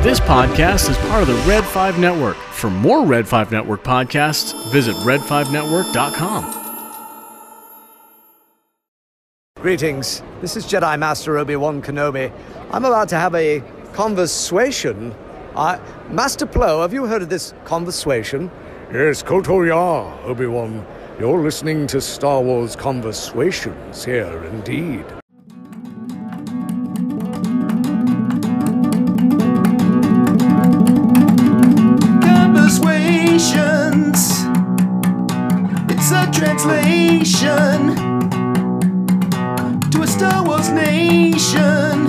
This podcast is part of the Red 5 Network. For more Red 5 Network podcasts, visit red5network.com. Greetings. This is Jedi Master Obi Wan Kenobi. I'm about to have a conversation. I, Master Plo, have you heard of this conversation? Yes, Kotor Ya, Obi Wan. You're listening to Star Wars Conversations here, indeed. Conversations. It's a translation to a Star Wars nation.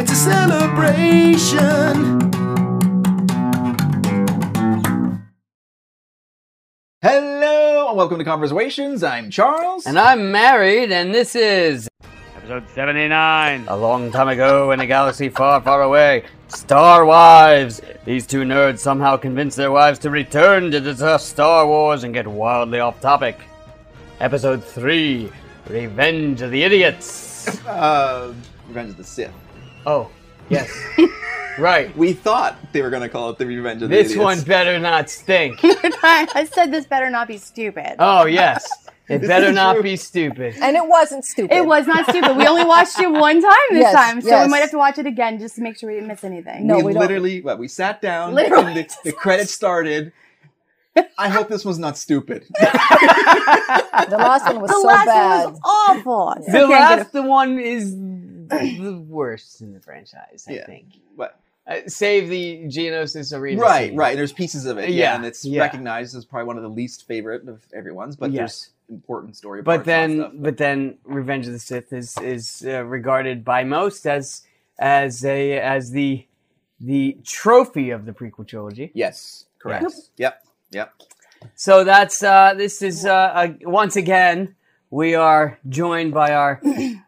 It's a celebration. Hello and welcome to Conversations. I'm Charles. And I'm married, and this is Episode 79. a long time ago in a galaxy far, far away. Star Wives. These two nerds somehow convince their wives to return to discuss Star Wars and get wildly off topic. Episode three: Revenge of the Idiots. uh, Revenge of the Sith. Oh, yes, right. We thought they were going to call it the Revenge of the This Idiots. one better not stink. I said this better not be stupid. Oh yes, it This better is not true. be stupid. And it wasn't stupid. It was not stupid. We only watched it one time this Yes, time, so yes. we might have to watch it again just to make sure we didn't miss anything. No, we, we don't. literally what, we sat down. Literally. and the, the credits started. I hope this was not stupid. The last one was the so last bad. one was awful. So The can't last get one is the worst in the franchise, I Yeah. think. But- Uh, save the Geonosis arena. right, scene. right. There's pieces of it. Yeah, Yeah, and it's yeah. recognized as probably one of the least favorite of everyone's, but Yes. there's important story. But parts and then, stuff. but then, Revenge of the Sith is is uh, regarded by most as as a as the the trophy of the prequel trilogy. yes, correct. Yep, yep. So that's uh, this is uh, uh, once again we are joined by our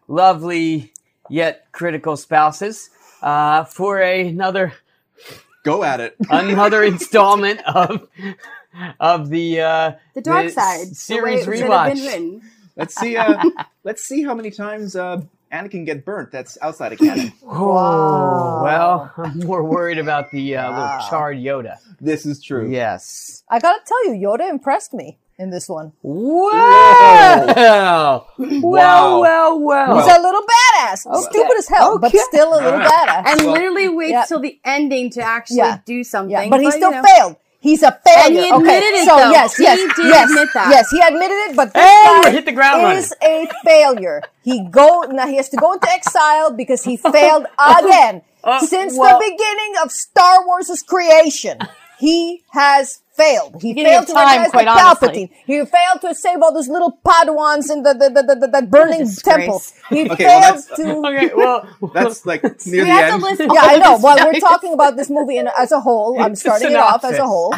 lovely yet critical spouses uh, for a- another Go at it. another installment of of the uh, the dark the side s- the way series it should have rewatch. been written. Let's see. Uh, let's see how many times uh, Anakin get burnt. That's outside of canon. Oh, well, I'm more worried about the uh, little charred Yoda. this is true. Yes. I gotta tell you, Yoda impressed me in this one. Wow. Well, well, He's well. a little badass. Stupid as hell, but still a little badass. And literally waits yeah. till the ending to actually Yeah. do something. yeah, but he you still know. failed. He's a failure. And he admitted okay. it, so though. yes, He yes, did yes, admit that. yes, he admitted it. But this Hey, guy hit the ground running. is a failure. He go now. He has to go into exile because he failed again. Since well- the beginning of Star Wars' creation, he has failed. He Beginning failed of to time, recognize quite the honestly. Palpatine. He failed to save all those little Padawans in the the, the, the, the, the burning disgrace. temple. He Okay, well, failed that's- to Okay, well, That's like near We the have to end. list all yeah, I of know. his Well, we're failures. talking about this movie in, as a whole. I'm starting it off as a synopsis. whole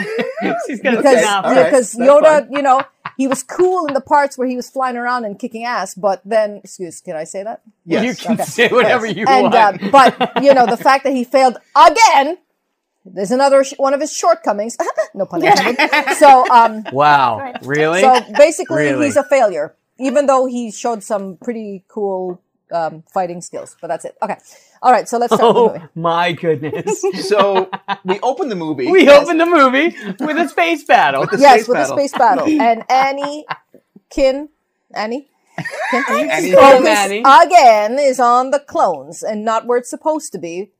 she's got because a synopsis. all right. because That's Yoda, fine. you know, he was cool in the parts where he was flying around and kicking ass, but then excuse, can I say that? Yes. You can say whatever you And want. uh, but you know, the fact that he failed again. There's another sh- one of his shortcomings. no pun intended. so, um, wow. Really? so basically, Really? he's a failure, even though he showed some pretty cool um, fighting skills. But that's it. Okay, all right. So let's start with the oh, movie. my goodness. so we open the movie. we as- open the movie with a space battle. with the yes, space with battle. the space battle. And Annie Kin Annie? Kin, Annie. focus Annie. again is on the clones and not where it's supposed to be,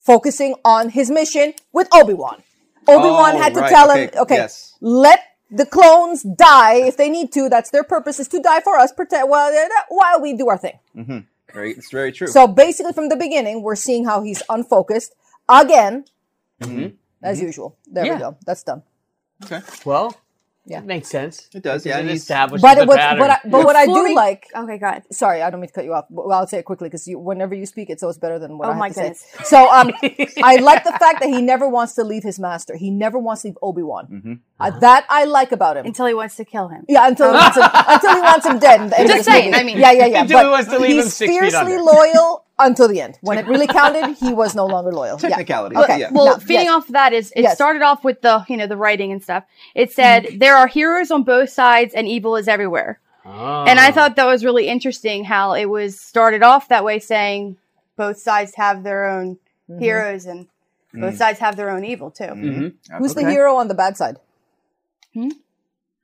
focusing on his mission with Obi-Wan. Obi-Wan Oh, had to right, tell him, okay, okay, yes. let the clones die if they need to. That's their purpose is to die for us, protect while, while we do our thing. Very, it's very true. So basically, from the beginning, we're seeing how he's unfocused again, Mm-hmm. as usual. There Mm-hmm. Yeah. we go. That's done. Well, Yeah. yeah. makes sense. it does. Yeah. It and he's- establishes But the it was, pattern. but I, but what I Before do we- like Okay, God. sorry, I don't mean to cut you off. But I'll say it quickly because you, whenever you speak it, so it's better than what Oh I have my to goodness. say. So um, I like the fact that he never wants to leave his master. He never wants to leave Obi Wan. Mm-hmm. Uh, that I like about him. Until he wants to kill him. Yeah, until he wants him, until he wants him dead. in the end of Just this saying, movie. I mean- yeah, yeah, yeah. Until he but wants to leave him he's six feet fiercely under. loyal until the end. When it really counted, he was no longer loyal. Yeah. Technicality, Okay. yeah. Well, No, feeding yes. off that is it Yes. started off with the you know the writing and stuff. It said there are heroes on both sides and evil is everywhere. And I thought that was really interesting how it was started off that way, saying both sides have their own Mm-hmm. heroes, and both sides have their own evil too. Mm. Mm-hmm. Who's the hero on the bad side? Hmm?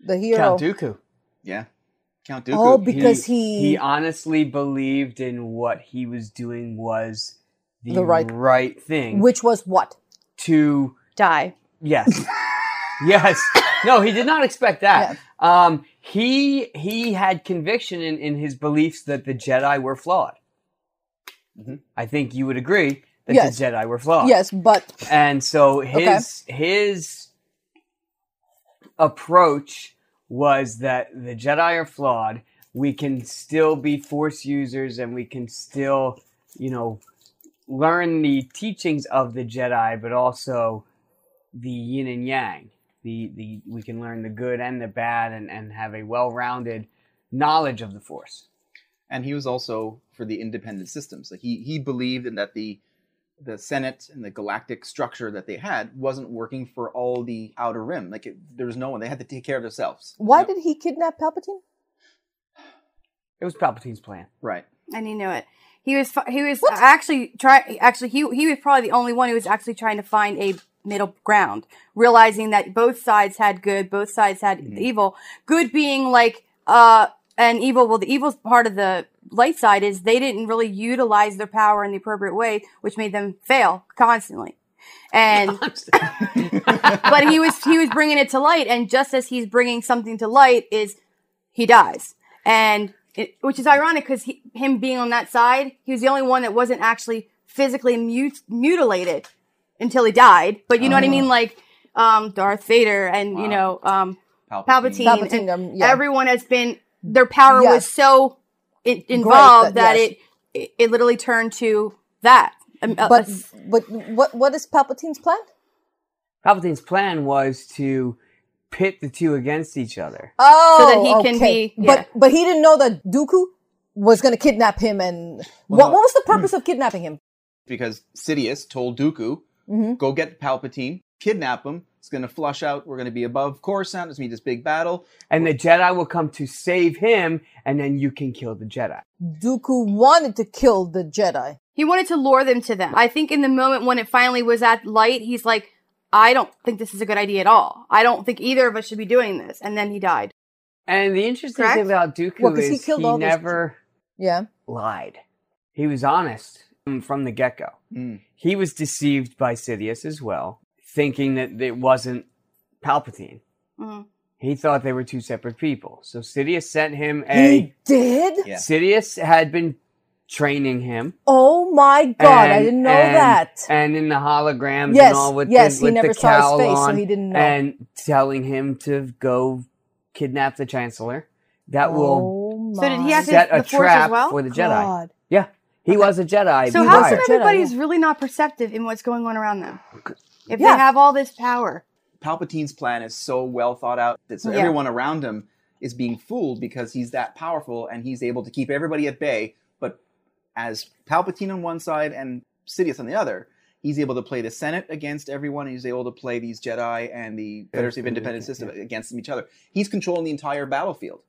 The hero. Count Dooku. Yeah. Count Dooku. Oh, because he, he honestly believed in what he was doing was the, The right, right- thing. which was what? to Die. yes, yes. No, he did not expect that. Um, he he had conviction in, in his beliefs that the Jedi were flawed. I think you would agree that Mm-hmm. Yes. the Jedi were flawed. Yes, but and so Okay. his his approach was that the Jedi are flawed. We can still be Force users, and we can still, you know, learn the teachings of the Jedi, but also the yin and yang. The the we can learn the good and the bad, and and have a well-rounded knowledge of the Force. and he was also for the independent systems. Like he he believed in that the the Senate and the galactic structure that they had wasn't working for all the Outer Rim. Like it, there was no one; they had to take care of themselves. why You know? did he kidnap Palpatine? It was Palpatine's plan. right? and he knew it. He was fi- he was actually try actually he he was probably the only one who was actually trying to find a middle ground, realizing that both sides had good, both sides had evil. Good being like uh and evil. Well, the evil part of the light side is they didn't really utilize their power in the appropriate way, which made them fail constantly. And but he was he was bringing it to light, and just as he's bringing something to light, is he dies, and it, which is ironic because him being on that side, he was the only one that wasn't actually physically mut- mutilated until he died. But you know what I Oh. mean, like um, Darth Vader and you know um, Palpatine, Palpatine, and um, yeah. everyone has been their power was Yes. so in- involved that- that, yes. it, it it literally turned to that. Um, uh, But us- but what what is Palpatine's plan? Palpatine's plan was to pit the two against each other. Oh, that he can okay. be- yeah. But but he didn't know that Dooku was going to kidnap him. And what what was the Hmm. purpose of kidnapping him? Because Sidious told Dooku, Mm-hmm. "Go get Palpatine, kidnap him. It's going to flush out. We're going to be above Coruscant. It's going to be this big battle." and the Jedi will come to save him, and then you can kill the Jedi. Dooku wanted to kill the Jedi. He wanted to lure them to them. I think in the moment when it finally was at light, he's like, I don't think this is a good idea at all. I don't think either of us should be doing this. And then he died. And the interesting Correct? thing about Dooku Well, 'cause is he he, killed all those- never Yeah. lied. He was honest from- from the get go. Mm. He was deceived by Sidious as well, thinking that it wasn't Palpatine. Mhm. He thought they were two separate people. So Sidious sent him He a. did? Yeah. Sidious had been training him. Oh my god, I And- didn't know and- that. And in the holograms Yes, and all with yes, the, he with never the saw his cowl face, so on he didn't know. And telling him to go kidnap the chancellor. That will oh So did he my have to- set a the Force as trap well? for the Jedi. God. Yeah, he was a Jedi. So he how lied. come Jedi, everybody's really not perceptive in what's going on around them? If Yeah. they have all this power. Palpatine's plan is so well thought out that so Yeah. everyone around him is being fooled because he's that powerful and he's able to keep everybody at bay. But as Palpatine on one side and Sidious on the other, he's able to play the Senate against everyone. And he's able to play these Jedi and the Federacy of Independent System against each other. He's controlling the entire battlefield,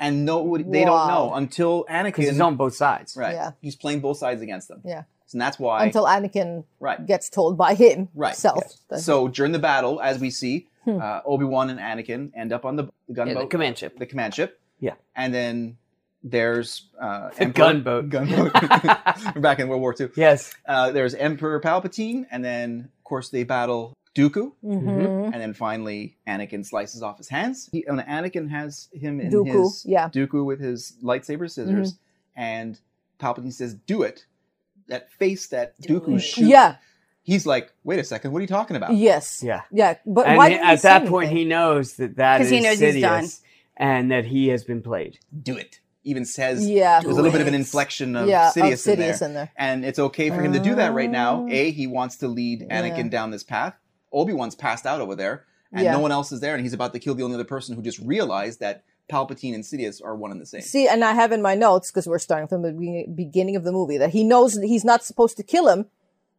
and no, they don't Wow. know until Anakin. Because he's on both sides. right, Yeah. he's playing both sides against them. Yeah. and that's why Until Anakin right gets told by him Right, himself. that- So during the battle, as we see, Hmm. uh, Obi Wan and Anakin end up on the the Yeah, gunboat, the command ship. the command ship. Yeah. and then there's uh, The gunboat. Gunboat. We're back in World War II. Yes. Uh, there's Emperor Palpatine, and then of course they battle Dooku, Mhm. Mm-hmm. and then finally Anakin slices off his hands. He, and Anakin has him in Dooku, his yeah. Mm-hmm. Dooku with his lightsaber scissors, and Palpatine says, "Do it." That face that Dooku shoots. Yeah. He's like, "Wait a second, what are you talking about?" Yes. Yeah. Yeah. But And why he- didn't he at say that point, anything? he knows that that is 'Cause he knows Sidious he's done. and that he has been played. do it. Even says Yeah. there's a little bit of an inflection of Yeah, of Oh. Sidious, in, Sidious there. in there. and it's okay for him to do that right now. A, he wants to lead Anakin down this path. Obi Wan's passed out over there, and Yeah. no one else is there, and he's about to kill the only other person who just realized that Palpatine and Sidious are one and the same. See, and I have in my notes because we're starting from the be- beginning of the movie that he knows that he's not supposed to kill him.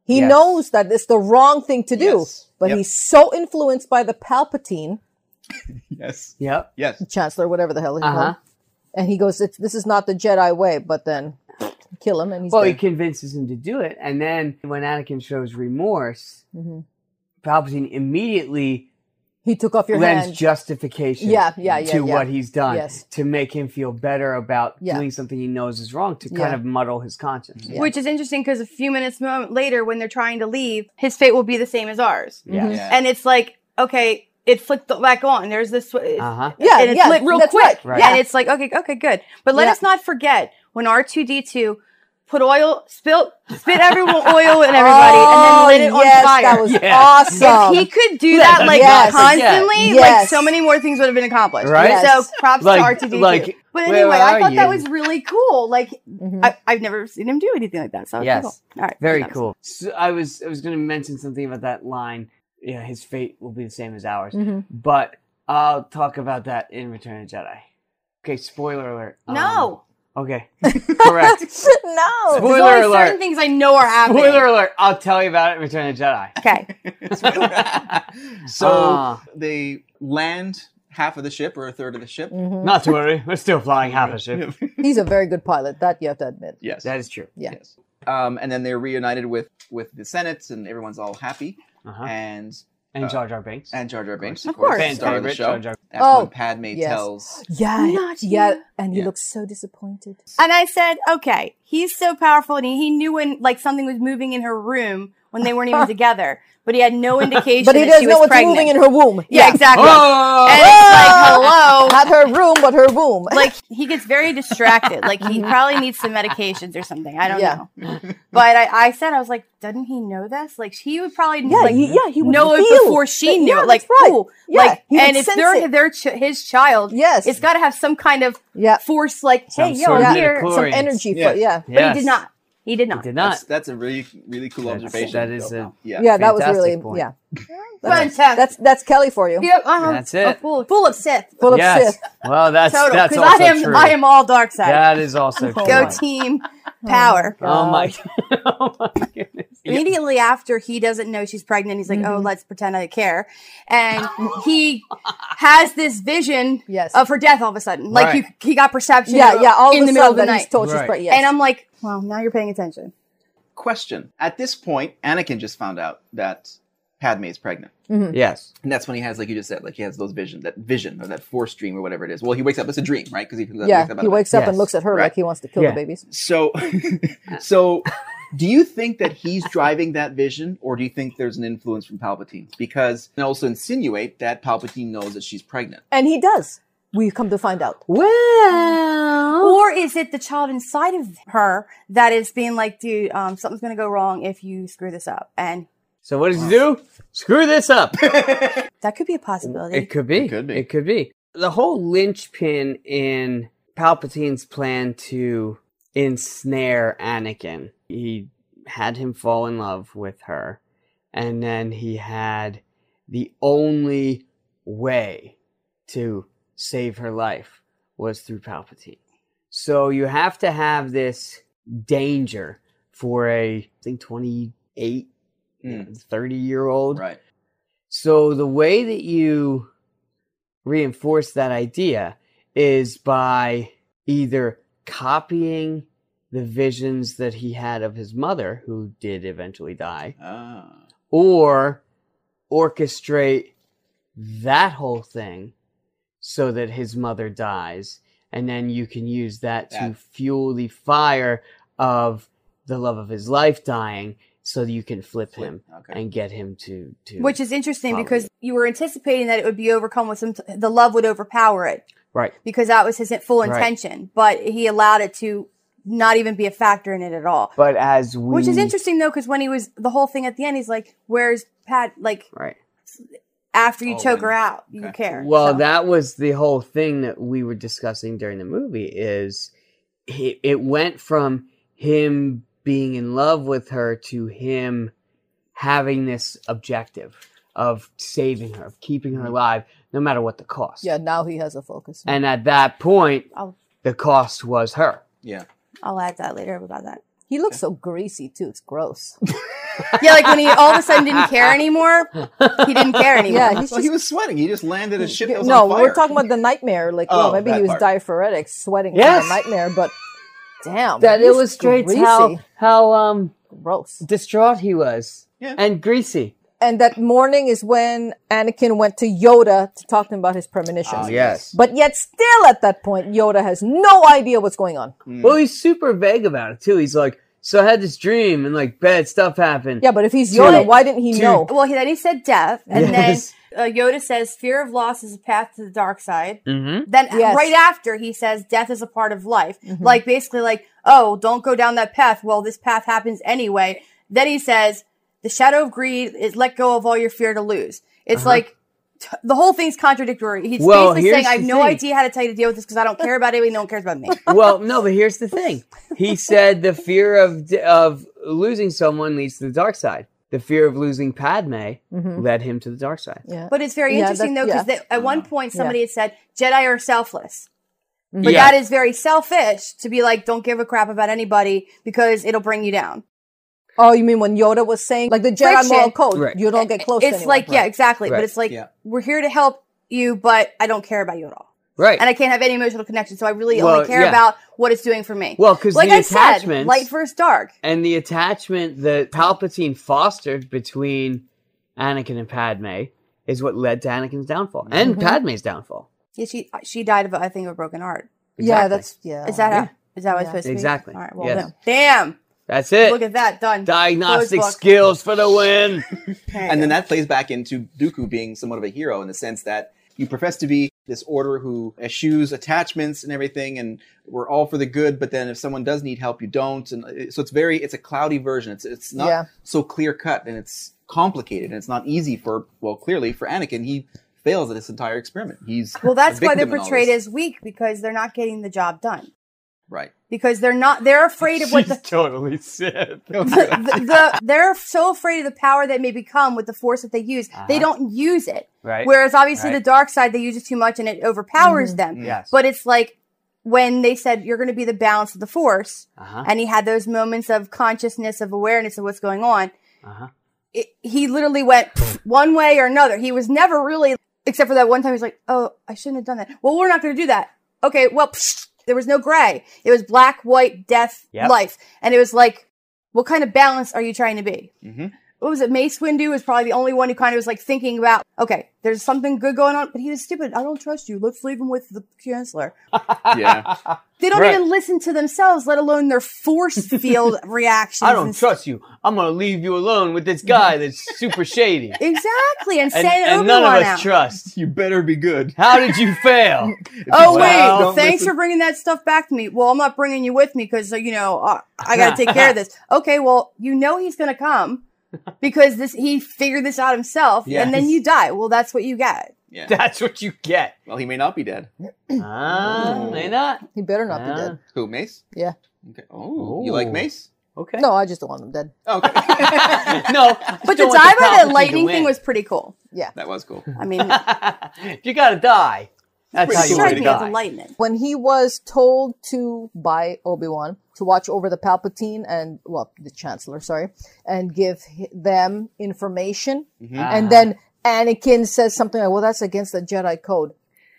He Yes. knows that it's the wrong thing to do, Yes. but Yep. he's so influenced by the Palpatine Yes, Yep. yes. Uh-huh. Chancellor, whatever the hell he Uh huh. called, and he goes, it's, "This is not the Jedi way." But then kill him, and he's well, he dead. convinces him to do it, and then when Anakin shows remorse, Mm-hmm. Palpatine immediately He took off your lends hand. justification Yeah, yeah, yeah, to yeah. what he's done Yes. to make him feel better about Yeah. doing something he knows is wrong to kind Yeah. of muddle his conscience. Yeah. Which is interesting because a few minutes moment later, when they're trying to leave, his fate will be the same as ours. Yeah. Yeah. And it's like, okay, it flicked back on. There's this. Mm-hmm. Uh huh. yeah, and it's yeah, lit real that's quick. right. Right. Yeah, And it's like, okay, okay, good. But let Yeah. us not forget when R2D2 put oil, spilt, spit everyone oil in everybody Oh, and then lit it yes, on fire. That was Yeah. awesome. if he could do that like Yes. constantly, like Yes. so many more things would have been accomplished. Right? So Yes. props Like- to R2D2. like, but where anyway, are I thought that you? was really cool. Like Mhm. I, I've never seen him do anything like that. So it's Yes. cool. All right. Very That was- cool. So I was I was going to mention something about that line. Yeah, his fate will be the same as ours. Mhm. But I'll talk about that in Return of the Jedi. Okay, spoiler alert. Um, No. okay. Correct. no. There's Spoiler only alert. certain things I know are happening. Spoiler alert. I'll tell you about it in Return of the Jedi. Okay. so Ah. they land half of the ship or a third of the ship. Mhm. Not to worry. We're still flying half a ship. He's a very good pilot. That you have to admit. Yes. That is true. Yeah. Yes. Um, and then they're reunited with with the Senate, and everyone's all happy. Uh-huh. And And Jar Jar Banks. Uh, and Jar Jar Binks, Of course. the star of the Favorite show. Jar Jar. That's Oh, when Padme yes. tells. Yeah, Not yeah, yet. and he Yeah. looks so disappointed. And I said, okay, he's so powerful, and he, he knew when like something was moving in her room when they weren't even together, but he had no indication. But he that she doesn't know was what's pregnant. moving in her womb. Yeah, exactly. Oh! And it's like, hello. Not her room, but her womb. Like he gets very distracted. Like he probably needs some medications or something. I don't Mm-hmm. Yeah. know. But I, I said I was like, doesn't he know this? Like he would probably yeah, like he, yeah, he would know it feel before she that- knew. yeah, it. like that's right. ooh, Yeah, like he would and if sense they're it. their ch- his child, Yes. it's got to have some kind Yeah. of force. Like Some hey, sort yo, of here. midichlorian. some energy Yeah. for yeah. But he did not. He did not. He did That's, not. that's a really really cool That's- observation. that is a- yeah. Yeah, Uh, that was Fantastic really point. yeah. That's, Fantastic. that's that's Kelly for you. Yep, uh-huh. That's it. Oh, full, full of Sith. Full of yes. Sith. Well, that's Total. that's 'Cause also I am, true. I am all dark side. that is also true. Go team power. Oh my, oh my goodness. Immediately after he doesn't know she's pregnant, he's like, "Oh, Mm-hmm. let's pretend I care," and he has this vision Yes. of her death all of a sudden. Like Right. you, he got perception. Yeah, yeah. All in of the a middle of sudden, the that he's night. told she's Right. pregnant. Yes. And I'm like, "Well, now you're paying attention." Question: At this point, Anakin just found out that Padme is pregnant, Yes. and that's when he has, like you just said, like he has those vision, that vision or that force dream or whatever it is. Well, he wakes up; it's a dream, right? Because he yeah, out he of it. wakes up and Yes. looks at her Right. like he wants to kill Yeah. the babies. So, so do you think that he's driving that vision, or do you think there's an influence from Palpatine? Because and also insinuate that Palpatine knows that she's pregnant. And he does. We come to find out. Well, Or is it the child inside of her that is being like, "Dude, um, something's gonna go wrong if you screw this up," and so what does he do? Screw this up. that could be a possibility. It could be. It could be. It could be. The whole linchpin in Palpatine's plan to ensnare Anakin. He had him fall in love with her, and then he had the only way to save her life was through Palpatine. So you have to have this danger for a I think 28 Mm. 30 year old Right. so the way that you reinforce that idea is by either copying the visions that he had of his mother, who did eventually die, Ah. or orchestrate that whole thing so that his mother dies and then you can use that to That- fuel the fire of the love of his life dying so that you can flip him Okay. and get him to to Which is interesting Probably. because you were anticipating that it would be overcome with some, the love would overpower it right because that was his full Right. intention, but he allowed it to not even be a factor in it at all. But as we, Which is interesting though, because when he was the whole thing at the end, he's like, "Where's Pat?" Like right? after you Oh, choke when- her out, you okay. care. Well, So- that was the whole thing that we were discussing during the movie. Is he, it went from him being in love with her to him having this objective of saving her, of keeping her alive, no matter what the cost. Yeah, now he has a focus. And at that point, I'll the cost was her. Yeah. I'll add that later about that. he looks so greasy too. It's gross. Yeah, like when he all of a sudden didn't care anymore, he didn't care anymore. yeah, he's Well, he just. was sweating. He just landed a ship that was no, on fire. we're talking about the nightmare. Like, well, Oh, maybe that he was part. diaphoretic, sweating Yes. from the nightmare, but Damn. that he's illustrates greasy. how how um gross. distraught he was Yeah. and greasy. And that morning is when Anakin went to Yoda to talk to him about his premonitions. Oh, Ah, yes. But yet, still at that point, Yoda has no idea what's going on. Well, he's super vague about it too. He's like, "So I had this dream and like bad stuff happened." Yeah, but if he's Dude, Yoda, why didn't he dude. know? Well, he, then he said death, and Yes. then uh, Yoda says, "Fear of loss is a path to the dark side." Mm-hmm. Then Yes. right after he says, "Death is a part of life." Like basically, like, "Oh, don't go down that path." Well, this path happens anyway. Then he says, "The shadow of greed is let go of all your fear to lose." It's like. t- The whole thing's contradictory. He's Uh-huh. Well, basically saying, here's "I have the no thing. idea how to tell you to deal with this because I don't care about anybody. No one cares about me." well, no, but here's the thing. He said the fear of of losing someone leads to the dark side. The fear of losing Padme Mm-hmm. led him to the dark side. Yeah. But it's very Yeah, interesting though that- because at one Uh-huh. point somebody had said Jedi are selfless, but Yeah. that is very selfish to be like, don't give a crap about anybody because it'll bring you down. Oh, you mean when Yoda was saying, like the Jedi Friction. moral code, Right. you don't get close to it's anyone. like, yeah, exactly. Right. But it's like Yeah. we're here to help you, but I don't care about you at all, Right. and I can't have any emotional connection. So I really Well, only care yeah. about what it's doing for me. Well, 'cause like the I said, attachments- light versus dark. and the attachment that Palpatine fostered between Anakin and Padme is what led to Anakin's downfall and Mm-hmm. Padme's downfall. Yeah, she she died of I think of a broken heart. Yeah, Exactly. that's, yeah. Is that Yeah. how, is that what it's Yeah. supposed to be? Exactly. All right. Well, Yes. then- That's damn. Look it. at that done. Diagnostic Closed book. skills for the win. and then that plays back into Dooku being somewhat of a hero in the sense that you profess to be this order who eschews attachments and everything, and we're all for the good. But then if someone does need help, you don't. And uh, so it's very it's a cloudy version. It's it's not Yeah. so clear cut, and it's complicated, and it's not easy for well, clearly for Anakin, he fails at this entire experiment. He's Well, that's a why they're victim in all portrayed this. as weak because they're not getting the job done. right. Because they're not, they're afraid of what the, totally Sith. the, the they're so afraid of the power that may become with the force that they use. Uh-huh. They don't use it. Right. Whereas obviously Right. the dark side, they use it too much and it overpowers them. Yes. But it's like when they said you're going to be the balance of the force, Uh-huh. and he had those moments of consciousness of awareness of what's going on. Uh-huh. It, he literally went one way or another. He was never really, except for that one time. He's like, "Oh, I shouldn't have done that." Well, we're not going to do that. Okay. Well, there was no gray. It was black, white, death, Yep. life, and it was like, what kind of balance are you trying to be? Mm-hmm. Mhm. What was it? Mace Windu was probably the only one who kind of was like thinking about, okay, there's something good going on, but he was stupid. I don't trust you. Let's leave him with the chancellor. Yeah. They don't Right. even listen to themselves, let alone their force field reactions. I don't and- trust you. I'm gonna leave you alone with this guy that's super shady. Exactly, And, and, send and Obi-Wan none of us out. trust. you better be good. How did you fail? Oh Wow. wait, Don't thanks listen. for bringing that stuff back to me. Well, I'm not bringing you with me because you know uh, I got to take care of this. Okay, well you know he's gonna come because this he figured this out himself, and then Yes. you die. Well, that's what you get. Yeah. That's what you get. Well, he may not be dead. Mm. Ah, may not. He better not be Ah, dead. Who Mace? Yeah. Okay. Oh, you like Ooh. Mace? Okay. No, I just don't want him dead. Okay. no. But the dive by the lightning thing was pretty cool. that was cool. I mean, was. you gotta die. That's how Pretty you sure want I'd to be striking at die. the lightning. When he was told to by Obi Wan to watch over the Palpatine and well, the Chancellor, sorry, and give hi- them information, Ah, and then Anakin says something like, "Well, that's against the Jedi code."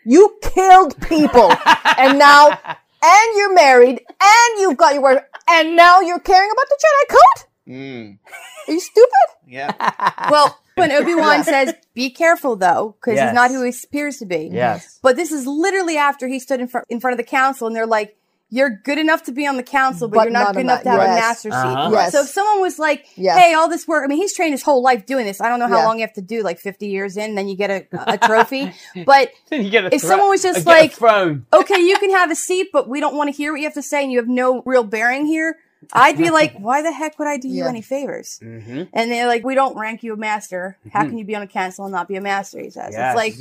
You killed people, and now, and you're married, and you've got your wife, and now you're caring about the Jedi code. Mm. Are you stupid? Yeah. Well, when Obi Wan says, "Be careful, though, because Yes. he's not who he appears to be." Yes. But this is literally after he stood in front in front of the council, and they're like, "You're good enough to be on the council, but, But you're not, not good on enough that- to have yes. a master seat." Uh-huh. Yes. So if someone was like, Yeah. "Hey, all this work," I mean, he's trained his whole life doing this. I don't know how Yeah. long you have to do, like 50 years in, then you get a, a trophy. but Then you get a if thro- someone was just I get a like- throne. okay, you can have a seat, but we don't want to hear what you have to say, and you have no real bearing here. I'd be like, why the heck would I do you Yeah. any favors? Mm-hmm. And they're like, we don't rank you a master. How Mm-hmm. can you be on a council and not be a master? He says. Yes. It's like,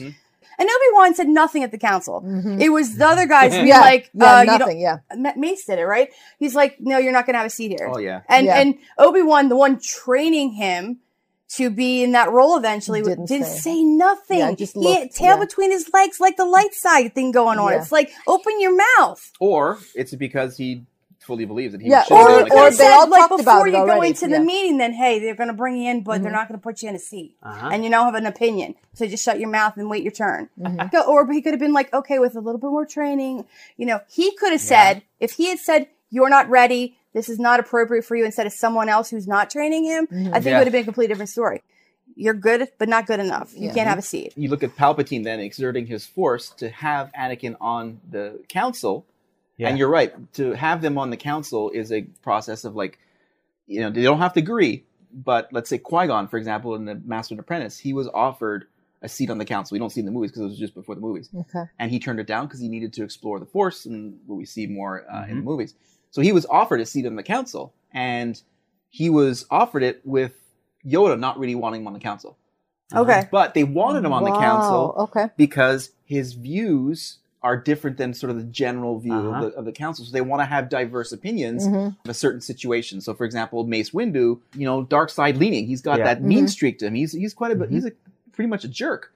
and Obi Wan said nothing at the council. Mm-hmm. It was the other guys being Yeah, like, yeah, uh, you nothing. don't. Yeah, Ma- Mace did it, right? He's like, no, you're not going to have a seat here. Oh yeah. And Yeah. and Obi Wan, the one training him to be in that role eventually, Didn't didn't, say. say. nothing. Yeah, just he had looked, tail yeah. between his legs, like the light side thing going on. Yeah. It's like open your mouth. Or it's because he fully believes that he Yeah, should or- be on or the Could've they council. said, all like talked before about it you go already, into yeah. Mm-hmm. the meeting, then hey, they're going to bring you in, but they're not going to put you in a seat, and you don't have an opinion. So just shut your mouth and wait your turn. Mm-hmm. Go- Or he could have been like, okay, with a little bit more training, you know, he could have said if he had said, you're not ready. This is not appropriate for you instead of someone else who's not training him. Mm-hmm. I think Yeah. it would have been a completely different story. You're good, but not good enough. You Yeah. can't have a seat. You look at Palpatine then exerting his force to have Anakin on the council, Yeah. and you're right. To have them on the council is a process of like, you know, they don't have to agree. But let's say Qui Gon, for example, in the Master and Apprentice, he was offered a seat on the council. We don't see it in the movies because it was just before the movies. Okay. and he turned it down because he needed to explore the force and what we see more uh, in the movies. So he was offered a seat on the council, and he was offered it with Yoda not really wanting him on the council. Uh-huh. Okay. But they wanted him on the council Wow, Okay. because his views are different than sort of the general view Uh-huh. of, the, of the council. So they want to have diverse opinions Mhm. of a certain situation. So, for example, Mace Windu, you know, dark side leaning. He's got Yeah. that Mm-hmm. mean streak to him. He's he's quite a bit. He's a pretty much a jerk.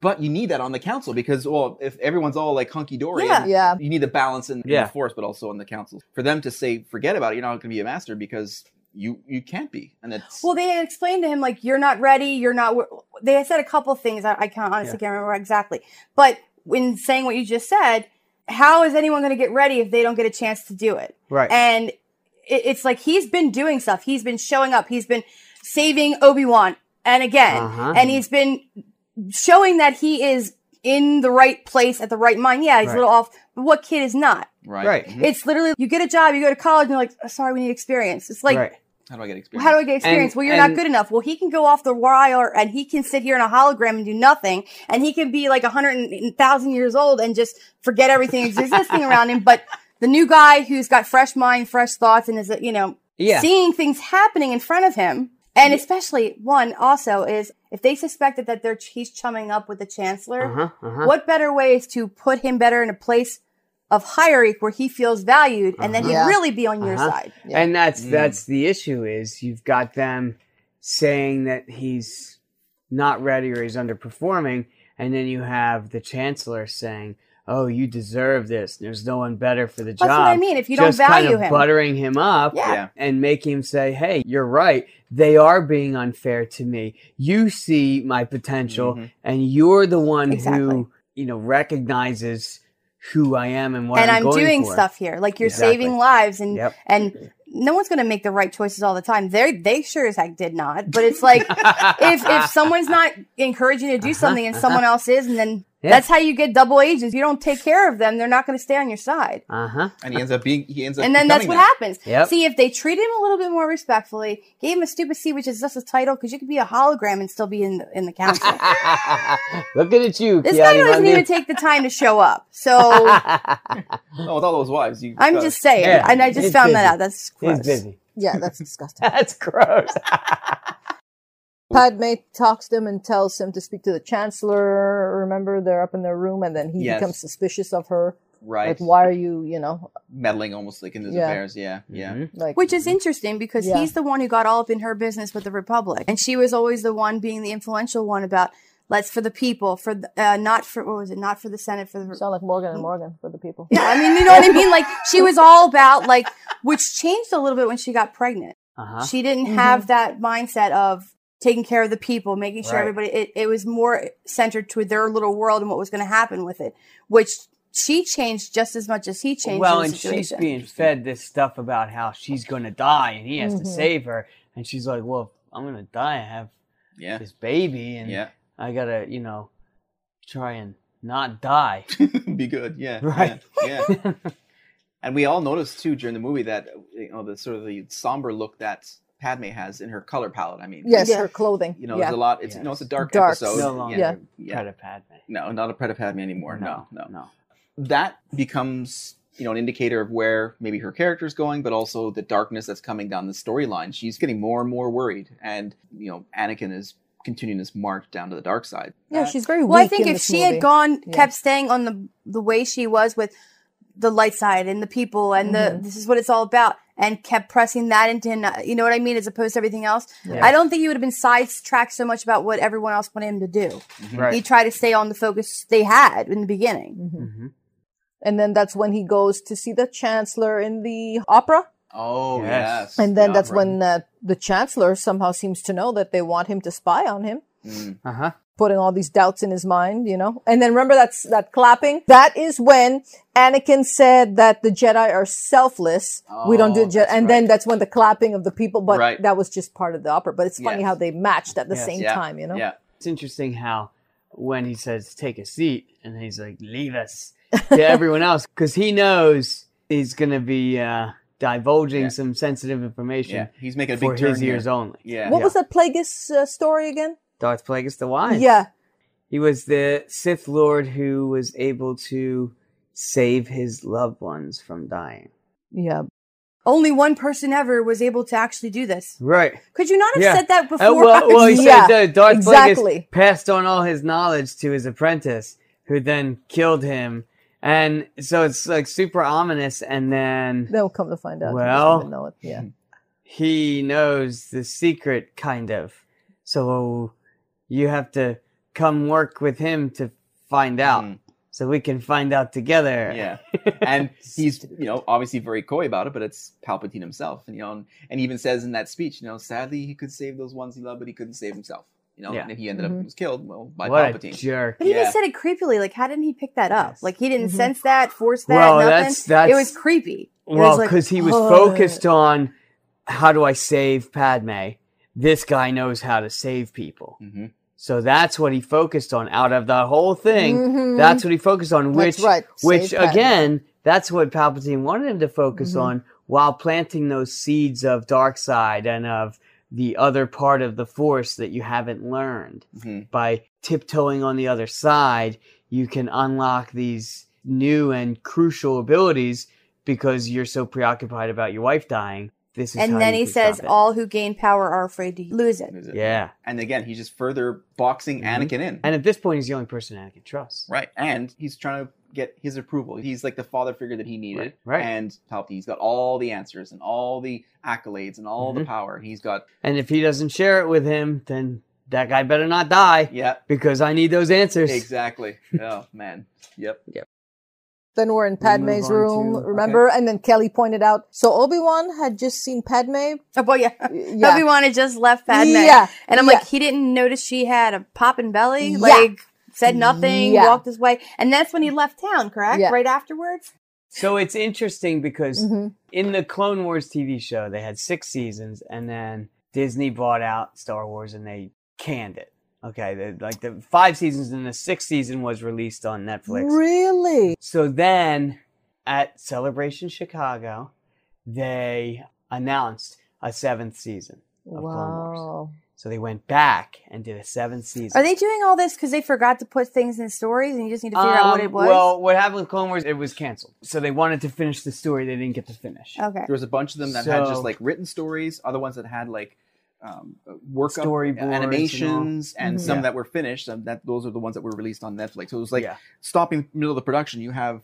But you need that on the council because, well, if everyone's all like hunky dory, Yeah. Yeah. you need the balance in, in Yeah. the force, but also in the council. For them to say, forget about it, you're not going to be a master because you you can't be, and it's Well, they had explained to him like you're not ready. You're not. wor-" They had said a couple of things. I, I can't honestly can't remember exactly. But in saying what you just said, how is anyone going to get ready if they don't get a chance to do it? Right. And it, it's like he's been doing stuff. He's been showing up. He's been saving Obi Wan and again, Uh-huh. and he's been showing that he is in the right place at the right mind. Yeah, he's Right. a little off. But what kid is not? right. Right. Mhm. It's literally you get a job, you go to college, and you're like, "Uh, sorry, we need experience. It's like right. How do I get experience? how do I get experience? And- well, you're and- not good enough. Well, he can go off the wire and he can sit here in a hologram and do nothing. And he can be like a hundred and thousand years old and just forget everything that's existing around him. But the new guy who's got fresh mind, fresh thoughts, and is, you know, Yeah. seeing things happening in front of him. And especially one also is if they suspected that they're, he's chumming up with the chancellor, Uh-huh. Uh-huh. what better way is to put him better in a place of hierarchy where he feels valued and then he'd Yeah. really be on your Uh-huh. side? Yeah. And that's Mm. that's the issue is you've got them saying that he's not ready or he's underperforming, and then you have the chancellor saying, "Oh, you deserve this. There's no one better for the That's job." what I mean. If you don't Just kind value of him. buttering him up yeah. Yeah. and making him say, "Hey, you're right. They are being unfair to me. You see my potential, Mhm. and you're the one Exactly. who you know recognizes." Who I am and what and I'm, I'm, going doing for. stuff here. Like you're Exactly. saving lives, and Yep. and no one's going to make the right choices all the time. They they sure as heck did not. But it's like if if someone's not encouraging you to do Uh-huh, something and someone else is, and then Yeah. that's how you get double agents. You don't take care of them; they're not going to stay on your side. Uh huh. And he ends up being he ends up. And then that's what becoming happens. Yep. See, if they treated him a little bit more respectfully, gave him a stupid C, which is just a title, because you could be a hologram and still be in the, in the council. Looking at you, this Keanu guy doesn't Reeves. even take the time to show up. So that. No, with all those wives, you, I'm uh, just saying, Yeah, and I just he's found busy. that out. That's gross. He's busy. Yeah, that's disgusting. That's gross. Padme talks to him and tells him to speak to the chancellor. Remember, they're up in their room, and then he Yes. becomes suspicious of her. right Like, why are you? You know, meddling almost like in his Yeah. affairs. Yeah, yeah. Mm-hmm. Mhm. like Which is interesting because Yeah. he's the one who got all up in her business with the Republic, and she was always the one being the influential one about let's for the people, for the, uh, not for what was it, not for the Senate, for the. sound like Morgan and Morgan for the people. Yeah, I mean, you know what I mean. Like she was all about like, which changed a little bit when she got pregnant. Uh-huh. She didn't Mhm. have that mindset of taking care of the people, making sure Right. everybody. It, it was more centered to their little world and what was going to happen with it, which she changed just as much as he changed. Well, in the and she's situation. being fed this stuff about how she's going to die and he has Mhm. Mm-hmm. to save her. And she's like, well, if I'm going to die. I have yeah. this baby and Yeah, I got to, you know, try and not die. be good. Yeah, Right. Yeah, yeah. and we all noticed too during the movie that you know the sort of the somber look that Padme has in her color palette. I mean, Yes, Yeah. her clothing. you know, yeah. there's a lot. It's you know, it's a dark, Dark. episode. no longer Yeah. yeah. yeah. Padme. No, not a Preda Padme anymore. No, no, no. That becomes you know an indicator of where maybe her character's going, but also the darkness that's coming down the storyline. She's getting more and more worried, and you know Anakin is continuing his march down to the dark side. yeah, she's very. Well, I weak think in if this she movie. had gone, Yeah. kept staying on the the way she was with the light side and the people and Mm-hmm. the this is what it's all about, and kept pressing that into him, uh, you know what I mean, as opposed to everything else. I don't think he would have been sidetracked so much about what everyone else wanted him to do. He Mm-hmm. Right. tried to stay on the focus they had in the beginning. Mhm. Mhm. and then that's when he goes to see the chancellor in the opera, Oh yes, Yes. and then Yeah, that's right. when uh, the chancellor somehow seems to know that they want him to spy on him. Mm. Uh-huh. putting all these doubts in his mind, you know? And then remember that's that clapping? That is when Anakin said that the Jedi are selfless. we don't do Oh, Jedi. that's And then that's when the clapping of the people, but Right. that was just part of the opera. But it's funny Yes. how they matched at the Yes. same Yeah. time, you know? Yeah. It's interesting how when he says take a seat and he's like leave us to everyone else because he knows he's gonna be uh, divulging Yeah. some sensitive information Yeah. He's making a for big turn his here. ears only. Yeah. What was that Plagueis uh, story again? Darth Plagueis the Wise. Yeah. He was the Sith Lord who was able to save his loved ones from dying. Yeah. Only one person ever was able to actually do this. Right. Could you not have Yeah. said that before? Uh, well, well, he Yeah, said that Darth exactly. Plagueis passed on all his knowledge to his apprentice, who then killed him. And so it's like super ominous. And then They'll come to find out. He doesn't Well. hmm. even know it. Yeah. he knows the secret, kind of. So you have to come work with him to find out. Mhm. So we can find out together. Yeah. and he's you know obviously very coy about it, but it's Palpatine himself, and you know, and, and he even says in that speech, you know, sadly he could save those ones he loved, but he couldn't save himself. You know, Yeah. and he ended up Mhm. was killed well by what a Palpatine. jerk. But he Yeah. just said it creepily. Like, how didn't he pick that up? Yes. Like, he didn't Mhm. sense that, force that, Well, nothing. that's- that's- it was creepy. It was Well, like, because he was "Oh." focused on how do I save Padme. This guy knows how to save people. Mhm. So that's what he focused on out of the whole thing. Mm-hmm. Mhm. That's what he focused on, That's which, right. which Save Padme. again, that's what Palpatine wanted him to focus Mm-hmm. Mhm. on while planting those seeds of dark side and of the other part of the force that you haven't learned. Mhm. By tiptoeing on the other side, you can unlock these new and crucial abilities because you're so preoccupied about your wife dying. This is how and then you he can says, stop it. all who gain power are afraid to lose it. Is it? Yeah. And again, he's just further boxing Mhm. Anakin in. And at this point, he's the only person I can trust. Right. And he's trying to get his approval. He's like the father figure that he needed. Right, right. And Palpatine's got all the answers and all the accolades and all the Mhm. power. He's got And if he doesn't share it with him, then that guy better not die yeah, because I need those answers. exactly. oh man. Yep. Then we're in We move Padme's on room, to- remember? And then Kelly pointed out. So Obi Wan had just seen Padme. Oh, boy, yeah. Yeah. Obi-Wan had just left Padme. Yeah. And I'm Yeah. like, he didn't notice she had a popping belly. Yeah. Like, said nothing, Yeah. walked his way. And that's when he left town, correct? Yeah. Right afterwards? So it's interesting because Mm-hmm. Mhm. in the Clone Wars TV show, they had six seasons, and then Disney bought out Star Wars and they canned it. Okay, the, like the five seasons, and the sixth season was released on Netflix. Really? So then at Celebration Chicago, they announced a seventh season. Clone Wars. Wow. So they went back and did a seventh season. Are they doing all this because they forgot to put things in stories and you just need to figure out what Um, it was? Well, what happened with Clone Wars? It was canceled. So they wanted to finish the story, they didn't get to finish. okay. There was a bunch of them that had So- just like written stories, other ones that had like um, work Storyboards and all. animations, and, Mhm. some Yeah. that were finished. And that those are the ones that were released on Netflix. So it was like Yeah. stopping middle of the production. You have,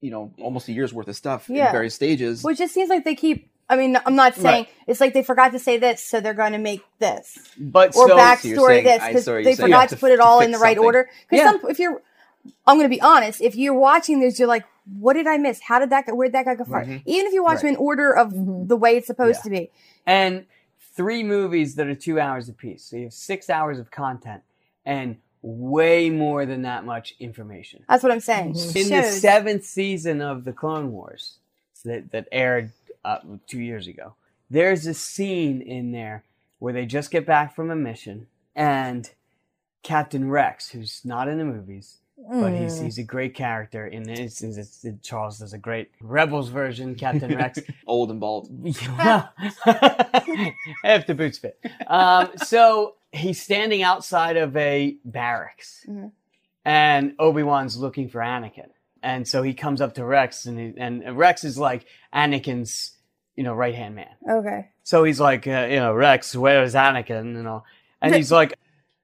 you know, almost a year's worth of stuff Yeah. in various stages. Well, it just seems like they keep. I mean, I'm not saying it's like they forgot to say this, so they're going to make this But so, or so backstory you're saying- this I because see what you're they saying. You forgot have to, to put f- it to all in fix the right something. order. Because Yeah. some, if you're, I'm going to be honest, if you're watching this, you're like, what did I miss? How did that? go Where would that guy go first? Mm-hmm. Even if you watch them in order of Mhm. the way it's supposed Yeah. to be, and three movies that are two hours apiece. So you have six hours of content and way more than that much information. that's what I'm saying. In the Shows. seventh season of the Clone Wars that, that aired uh, two years ago, there's a scene in there where they just get back from a mission and Captain Rex, who's not in the movies, but Mm. he's, he's a great character. In this, is- it's, it- Charles does a great Rebels version, Captain Rex. Old and bald. Yeah. if the boots fit. Um, so he's standing outside of a barracks, Mhm. and Obi Wan's looking for Anakin, and so he comes up to Rex, and he, and Rex is like Anakin's, you know, right hand man. Okay. So he's like, uh, you know, Rex, where's Anakin? And all, and he's like,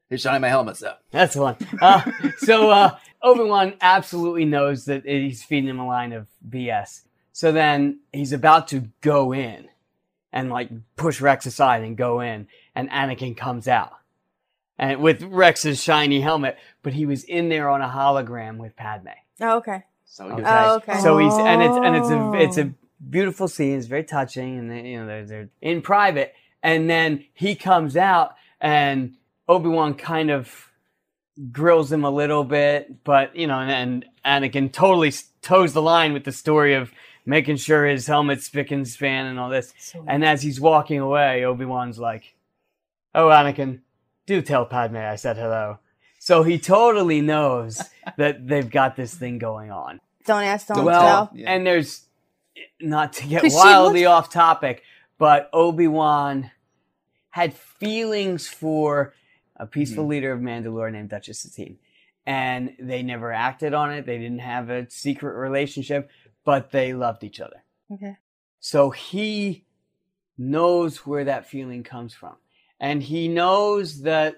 They're shining my helmets up. that's the one. Uh, so uh, Obi Wan absolutely knows that he's feeding him a line of BS. So then he's about to go in and like push Rex aside and go in, and Anakin comes out and with Rex's shiny helmet, but he was in there on a hologram with Padme. Oh, okay. So Okay. you're Oh, okay. So he's and it's and it's Oh. a it's a beautiful scene. It's very touching, and then, you know they're, they're in private, and then he comes out, and Obi Wan kind of grills him a little bit, but you know, and, and Anakin totally s- toes the line with the story of making sure his helmet's spick and span and all this. and as he's walking away, Obi Wan's like, "Oh, Anakin, do tell Padme I said hello." So he totally knows that they've got this thing going on. Don't ask, don't well, tell. and there's not to get 'Cause she wildly off topic, but Obi Wan had feelings for a peaceful leader of Mandalore named Duchess Satine, and they never acted on it. They didn't have a secret relationship, but they loved each other. Okay. So he knows where that feeling comes from. And he knows that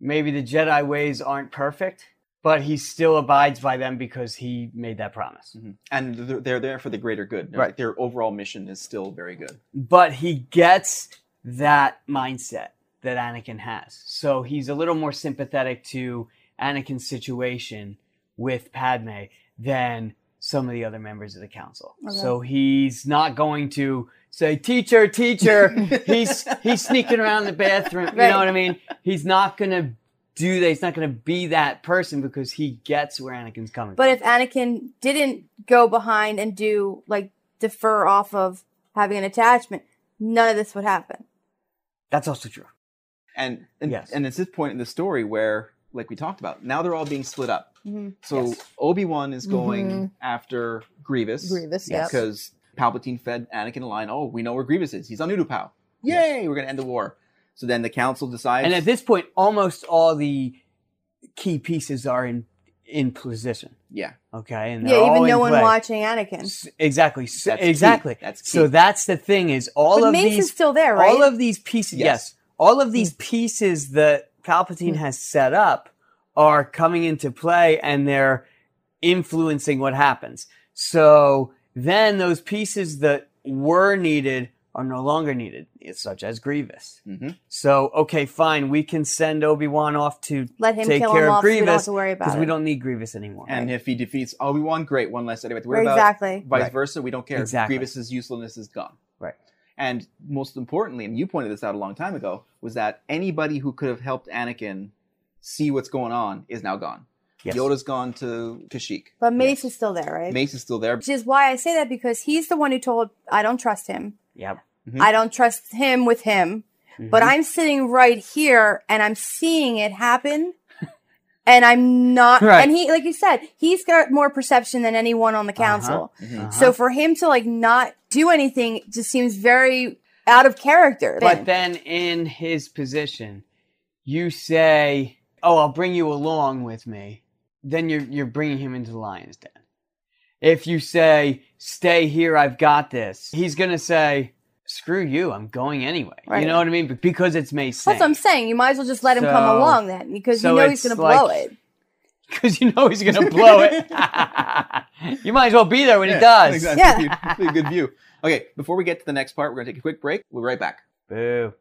maybe the Jedi ways aren't perfect, but he still abides by them because he made that promise. Mm-hmm. and they're, they're there for the greater good. They're- Right. Their overall mission is still very good. But he gets that mindset that Anakin has. So he's a little more sympathetic to Anakin's situation with Padme than some of the other members of the council. Okay. So he's not going to say, teacher, teacher, he's he's sneaking around the bathroom. You Right. know what I mean? He's not gonna do that, he's not gonna be that person because he gets where Anakin's coming But from. if Anakin didn't go behind and do like defer off of having an attachment, none of this would happen. That's also true. And and, Yes. and it's this point in the story where, like we talked about, now they're all being split up. Mhm. So Obi Wan is going Mhm. after Grievous. Grievous, yeah. Because Palpatine fed Anakin a line. Oh, we know where Grievous is. He's on Utapau. Yay! We're gonna end the war. So then the council decides. And at this point, almost all the key pieces are in in position. yeah, Okay, and they're Yeah, all even in no one play. watching Anakin. S- Exactly, s- That's key. exactly. That's key. So that's the thing is all but of Mace is these still there, right? Mm. all of these pieces. Yes. Yes. all of these pieces that Palpatine has set up are coming into play, and they're influencing what happens. So then those pieces that were needed are no longer needed, such as Grievous. Mhm. So okay, fine, we can send Obi Wan off to Let him take kill care him of off. so we don't have Grievous, to worry about because it. we don't need Grievous anymore. And if he defeats Obi Wan, great, one less enemy. We're Right, about exactly. vice Right. versa. We don't care. Exactly. Grievous's uselessness is gone. Right. And most importantly, and you pointed this out a long time ago, was that anybody who could have helped Anakin see what's going on is now gone. Yes. Yoda's gone to Kashyyyk. But Mace is still there, right? Mace is still there. Which is why I say that because he's the one who told I don't trust him. Yep. Mm-hmm. Mhm. I don't trust him with him. But I'm sitting right here and I'm seeing it happen. And I'm not Right. Uh-huh. and he like you said, he's got more perception than anyone on the council. Mm-hmm. Mhm. So for him to like not do anything just seems very out of character. But then. then in his position, you say, "Oh, I'll bring you along with me." Then you're you're bringing him into the lion's den. If you say, "Stay here, I've got this," he's gonna say, "Screw you, I'm going anyway." Right. You know what I mean? Be- Because it's Mace. that's what I'm saying. You might as well just let him come So- along then because so you know he's it's gonna blow like- it. Because you know he's gonna blow it. you might as well be there when he does. Exactly. Yeah. Good, good view. Okay, before we get to the next part, we're going to take a quick break. We'll be right back. Boo.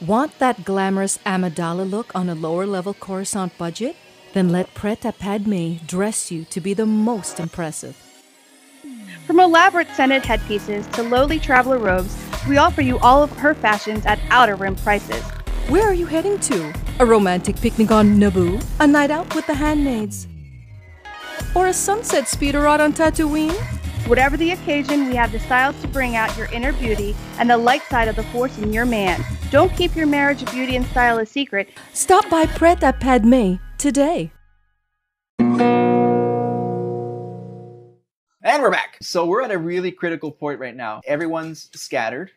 Want that glamorous Amidala look on a lower level Coruscant budget? Then let Preta Padme dress you to be the most impressive. From elaborate scented headpieces to lowly traveler robes, we offer you all of her fashions at outer rim prices. Where are you heading to? A romantic picnic on Naboo? A night out with the handmaids? Or a sunset speeder ride on Tatooine? Whatever the occasion, we have the styles to bring out your inner beauty and the light side of the force in your man. Don't keep your marriage, beauty, and style a secret. Stop by Preta Padme today. And we're back. So we're at a really critical point right now. Everyone's scattered.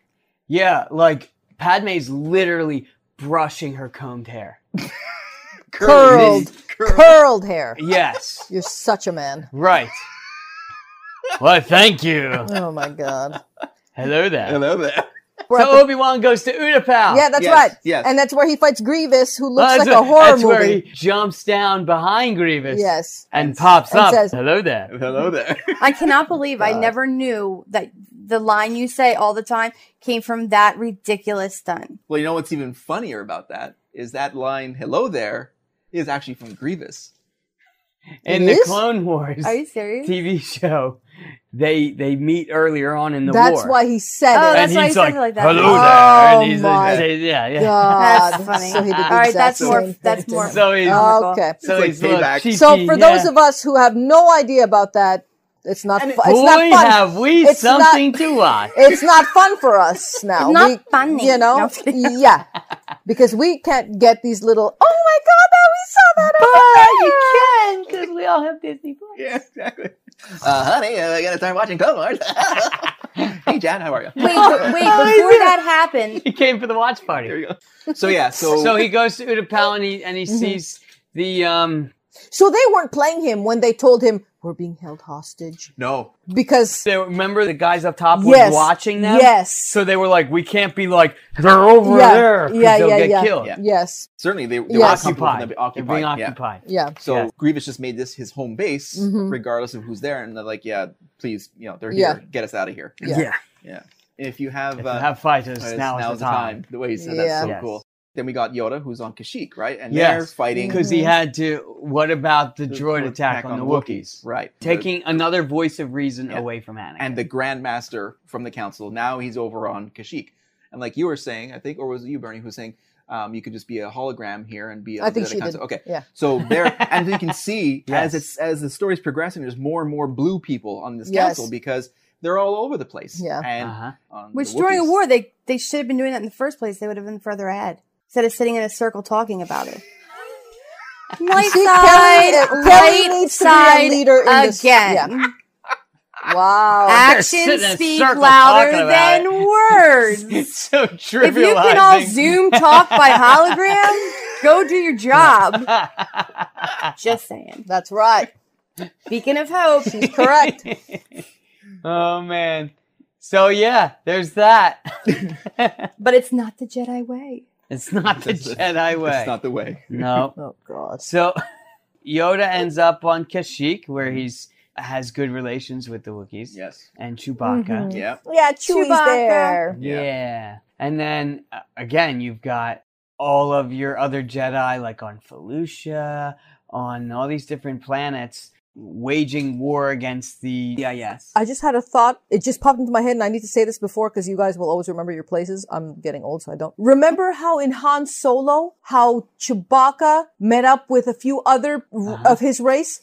Yeah, like Padme's literally brushing her combed hair. Curled, curled hair. Yes. You're such a man. Right. well, thank you. Oh my god. Hello there. Hello there. We're at So the- Obi Wan goes to Utapau. yeah, that's Yes, right. yes. And that's where he fights Grievous, who Well, looks that's like a where- horror that's movie. where he jumps down behind Grievous. Yes. And pops and up. says- Hello there. Hello there. I cannot believe I never knew that the line you say all the time came from that ridiculous stunt. Well, you know what's even funnier about that is that line "Hello there" is actually from Grievous. In It the is? Clone Wars Are you serious? TV show, they they meet earlier on in the that's war. why he said Oh, it. Oh that's and why he's he like, said it like that. "Hello Oh, there," and he's my like, "Yeah, yeah." God. Ah, That's funny. So he did the All right, exact that's more- same thing that's to more him. So he's- okay. So he's like, cheeky, So for those yeah. of us who have no idea about that, it's not. Fu- it's not Boy, fun. have we It's not- something to watch. it's not fun for us now. Not funny. you know. No, I'm yeah, because we can't get these little. Oh my God! That we saw that. But you can because we all have Disney Plus. Yeah, exactly. Uh, honey, uh, I gotta start watching Pokemon. hey, Jan, how are you? Wait, but- wait, before that happened, He came for the watch party. There you go. So yeah, so so he goes to Utapau and he and he Mm-hmm. sees the um So they weren't playing him when they told him we're being held hostage no because they remember the guys up top Yes. was watching them. Yes. So they were like, we can't be like they're over yeah, there. 'cause yeah, they'll yeah, get yeah, killed. Yeah. yes, certainly they, they were Yes. occupied. Occupied. They're They're occupied. being yeah. occupied. Mm-hmm. yeah. So Yeah. Grievous just made this his home base, Mhm. regardless of who's there, and they're like, "Yeah, please, you know, they're Yeah. here. Get us out of here." Yeah. Yeah. yeah. If you have, If you uh, have fighters, fighters, now, is the time. The way he said Yeah. that's so Yes. cool. Then we got Yoda, who's on Kashyyyk, right? And they're Yes. fighting Because Mm-hmm. he had to what about the, the droid attack on, the Wookiees? right? Taking another voice of reason Yeah. away from Anakin. and the Grand Master from the Council. Now he's over on Kashyyyk, and like you were saying, I think, or was it you, Bernie, who was saying um, you could just be a hologram here and be. I on think the she Council. did. Okay, Yeah. so there, and you can see Yes. as it's as the story's progressing, there's more and more blue people on this Yes. council because they're all over the place. Yeah. and Uh-huh. on the which during a Wookiees- war they they should have been doing that in the first place. They would have been further ahead instead of sitting in a circle talking about it. Light See, Kelly- side, uh, Kelly right needs to be a side leader in again. this- yeah. Oh, Wow. Actions Sitting in a speak circle talking louder about than words. it's so trivializing. if you can all Zoom talk by hologram, go do your job. Just saying. That's right. Beacon of hope. Correct. oh man. So yeah, there's that. But it's not the Jedi way. it's not the That's- Jedi way. It's not the way. no. Oh God. So Yoda ends up on Kashyyyk where he's has good relations with the Wookiees Yes. and Chewbacca. Mm-hmm. Yeah. Yeah, Chewie's Chewbacca. there. Yeah. Yeah. And then uh, again, you've got all of your other Jedi, like on Felucia, on all these different planets, waging war against the CIS. I just had a thought. It just popped into my head, and I need to say this before because you guys will always remember your places. I'm getting old, so I don't. Remember how in Han Solo, how Chewbacca met up with a few other r- Uh-huh. of his race?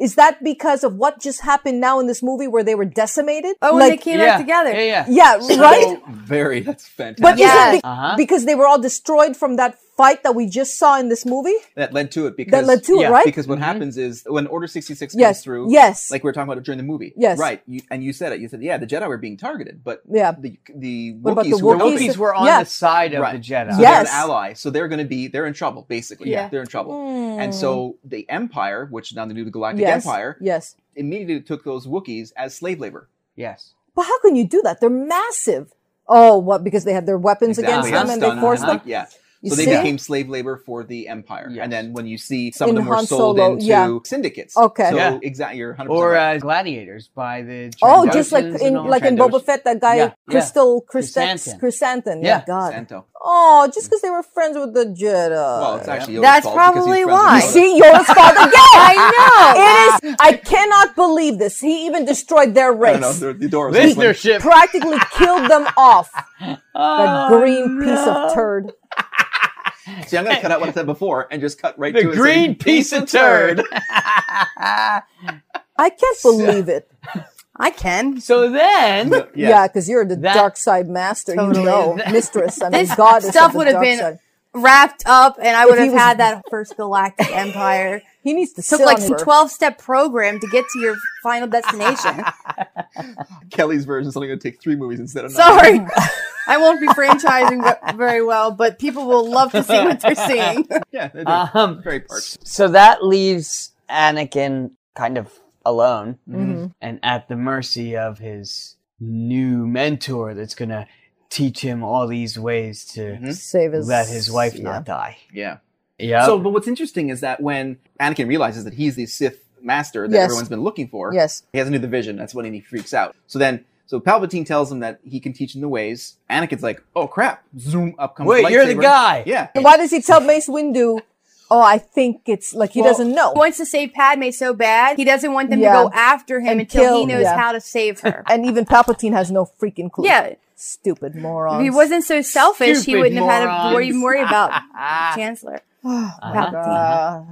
Is that because of what just happened now in this movie where they were decimated? Oh, when Like- they came yeah, back together. Yeah, yeah. yeah, right? So very. That's fantastic. But Yes. is it be- Uh-huh. because they were all destroyed from that fight that we just saw in this movie? that led to it because That led to it, yeah, right? because what happens is when Order sixty six Yes, comes through. yes. Like we were talking about it during the movie. Yes. Right. You, and you said it. You said, yeah, the Jedi were being targeted, but Yeah. the the What about Wookiees the who were Wookiees? helping- Wookiees were on yeah. the side of right. the Jedi. So Yeah. they're an Yes. ally. So they're going to be they're in trouble basically. Yeah. They're in trouble. And so the Empire, which now the new Galactic Hmm. yes. Empire, Yes. immediately took those Wookiees as slave labor. Yes. But how can you do that? They're massive. Oh, what? Because they had their weapons against Yeah, them and they Stunned, forced uh-huh, them. Yeah. You so they see? became slave labor for the Empire. Yes. And then when you see some of In them were Han sold Solo, into yeah. syndicates. Okay. So Yeah. exactly you're 100% Or right. uh, gladiators by the. Oh, Trandoshans just like Trandoshans in and all like that. in Trandoshans. Boba Fett, that guy Yeah, yeah. Crystal Chrysanth- Chrysanthemum. Chrysanthemum. Yeah, Yeah. God. Santo. Oh, just because they were friends with the Jedi. Well, it's actually Yoda's Uh, That's fault because he's friends probably with why. you Yoda. see Yoda's fault again. I know it is. I cannot believe this. He even destroyed their I race. don't know, the- the door was open. Listenership. Practically killed them off. That Oh, green piece of no. turd. See, I'm going to cut out what I said before and just cut right The to it. green saying, piece of turd. I can't believe it. I can. so then. Yeah, because you're the That- dark side master. Totally. You know, mistress. I mean, This goddess. of stuff the would have dark been- side. Wrapped up, and I would he have was- had that first galactic empire. He needs to Took sit like on some her. twelve step program to get to your final destination. Kelly's version is only going to take three movies instead of nine. Sorry, I won't be franchising ve- very well, but people will love to see what they're seeing. Yeah, they do. Um, very part. So that leaves Anakin kind of alone Mm-hmm. and at the mercy of his new mentor that's going to teach him all these ways to Mhm. Save his let his wife yeah. not die. Yeah. Yeah. So, but what's interesting is that when Anakin realizes that he's the Sith master that Yes. everyone's been looking for, Yes. he has a new division. That's when he freaks out. So then, so Palpatine tells him that he can teach him the ways. Anakin's like, "Oh crap!" Zoom up comes. Wait, you're the lightsaber. guy. Yeah. Why does he tell Mace Windu? Oh, I think it's like he Well, doesn't know. He wants to save Padme so bad. He doesn't want them Yeah. to go after him And until he kill- knows yeah. how to save her. and even Palpatine has no freaking clue. Yeah. Stupid if moron. he wasn't so selfish, he Stupid wouldn't have had to morons. worry, even worry about Chancellor.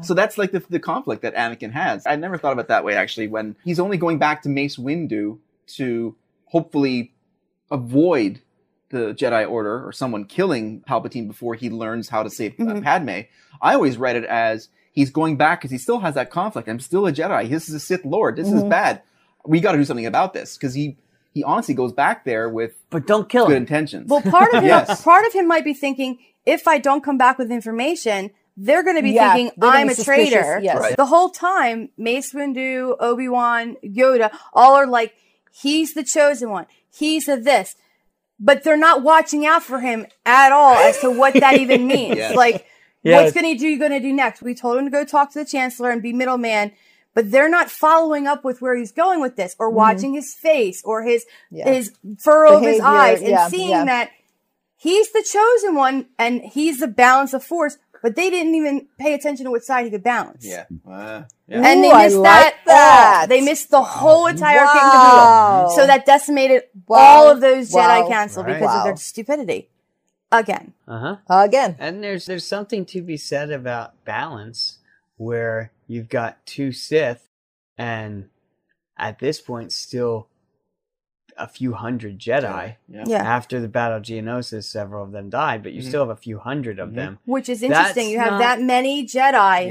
So that's like the, the conflict that Anakin has. I never thought of it that way actually. When he's only going back to Mace Windu to hopefully avoid the Jedi Order or someone killing Palpatine before he learns how to save uh, Mm-hmm. Mhm. Padme. I always read it as he's going back because he still has that conflict. I'm still a Jedi. This is a Sith Lord. This is Mm-hmm. Mhm. bad. We got to do something about this because he he honestly goes back there with but don't kill good intentions. Well, part of him, yes. part of him might be thinking, if I don't come back with information, they're going to be Yeah, thinking they're gonna I'm be a traitor. suspicious, yes. Right. The whole time, Mace Windu, Obi Wan, Yoda, all are like, he's the chosen one. He's a this. But they're not watching out for him at all as to what that even means. Yes. Like, Yes. what's going to do? You going to do next? We told him to go talk to the chancellor and be middleman, but they're not following up with where he's going with this, or watching his face, or his Mm-hmm. Yeah. his furrow of his Behavior, eyes, and yeah, seeing yeah. that he's the chosen one and he's the balance of force, but they didn't even pay attention to what side he could balance. Yeah. Uh, yeah. And they Ooh, I missed like that, all. that. They missed the whole entire Wow. King Caboodle. So that decimated Wow. all of those Jedi Wow. Council Right. because of their Wow. stupidity. Again. Uh-huh. Again. And there's there's something to be said about balance where you've got two Sith and at this point still a few hundred Jedi. Yeah. Yeah. After the Battle of Geonosis, several of them died, but you Mhm. still have a few hundred of them. Which is That's interesting. you have not- that many Jedi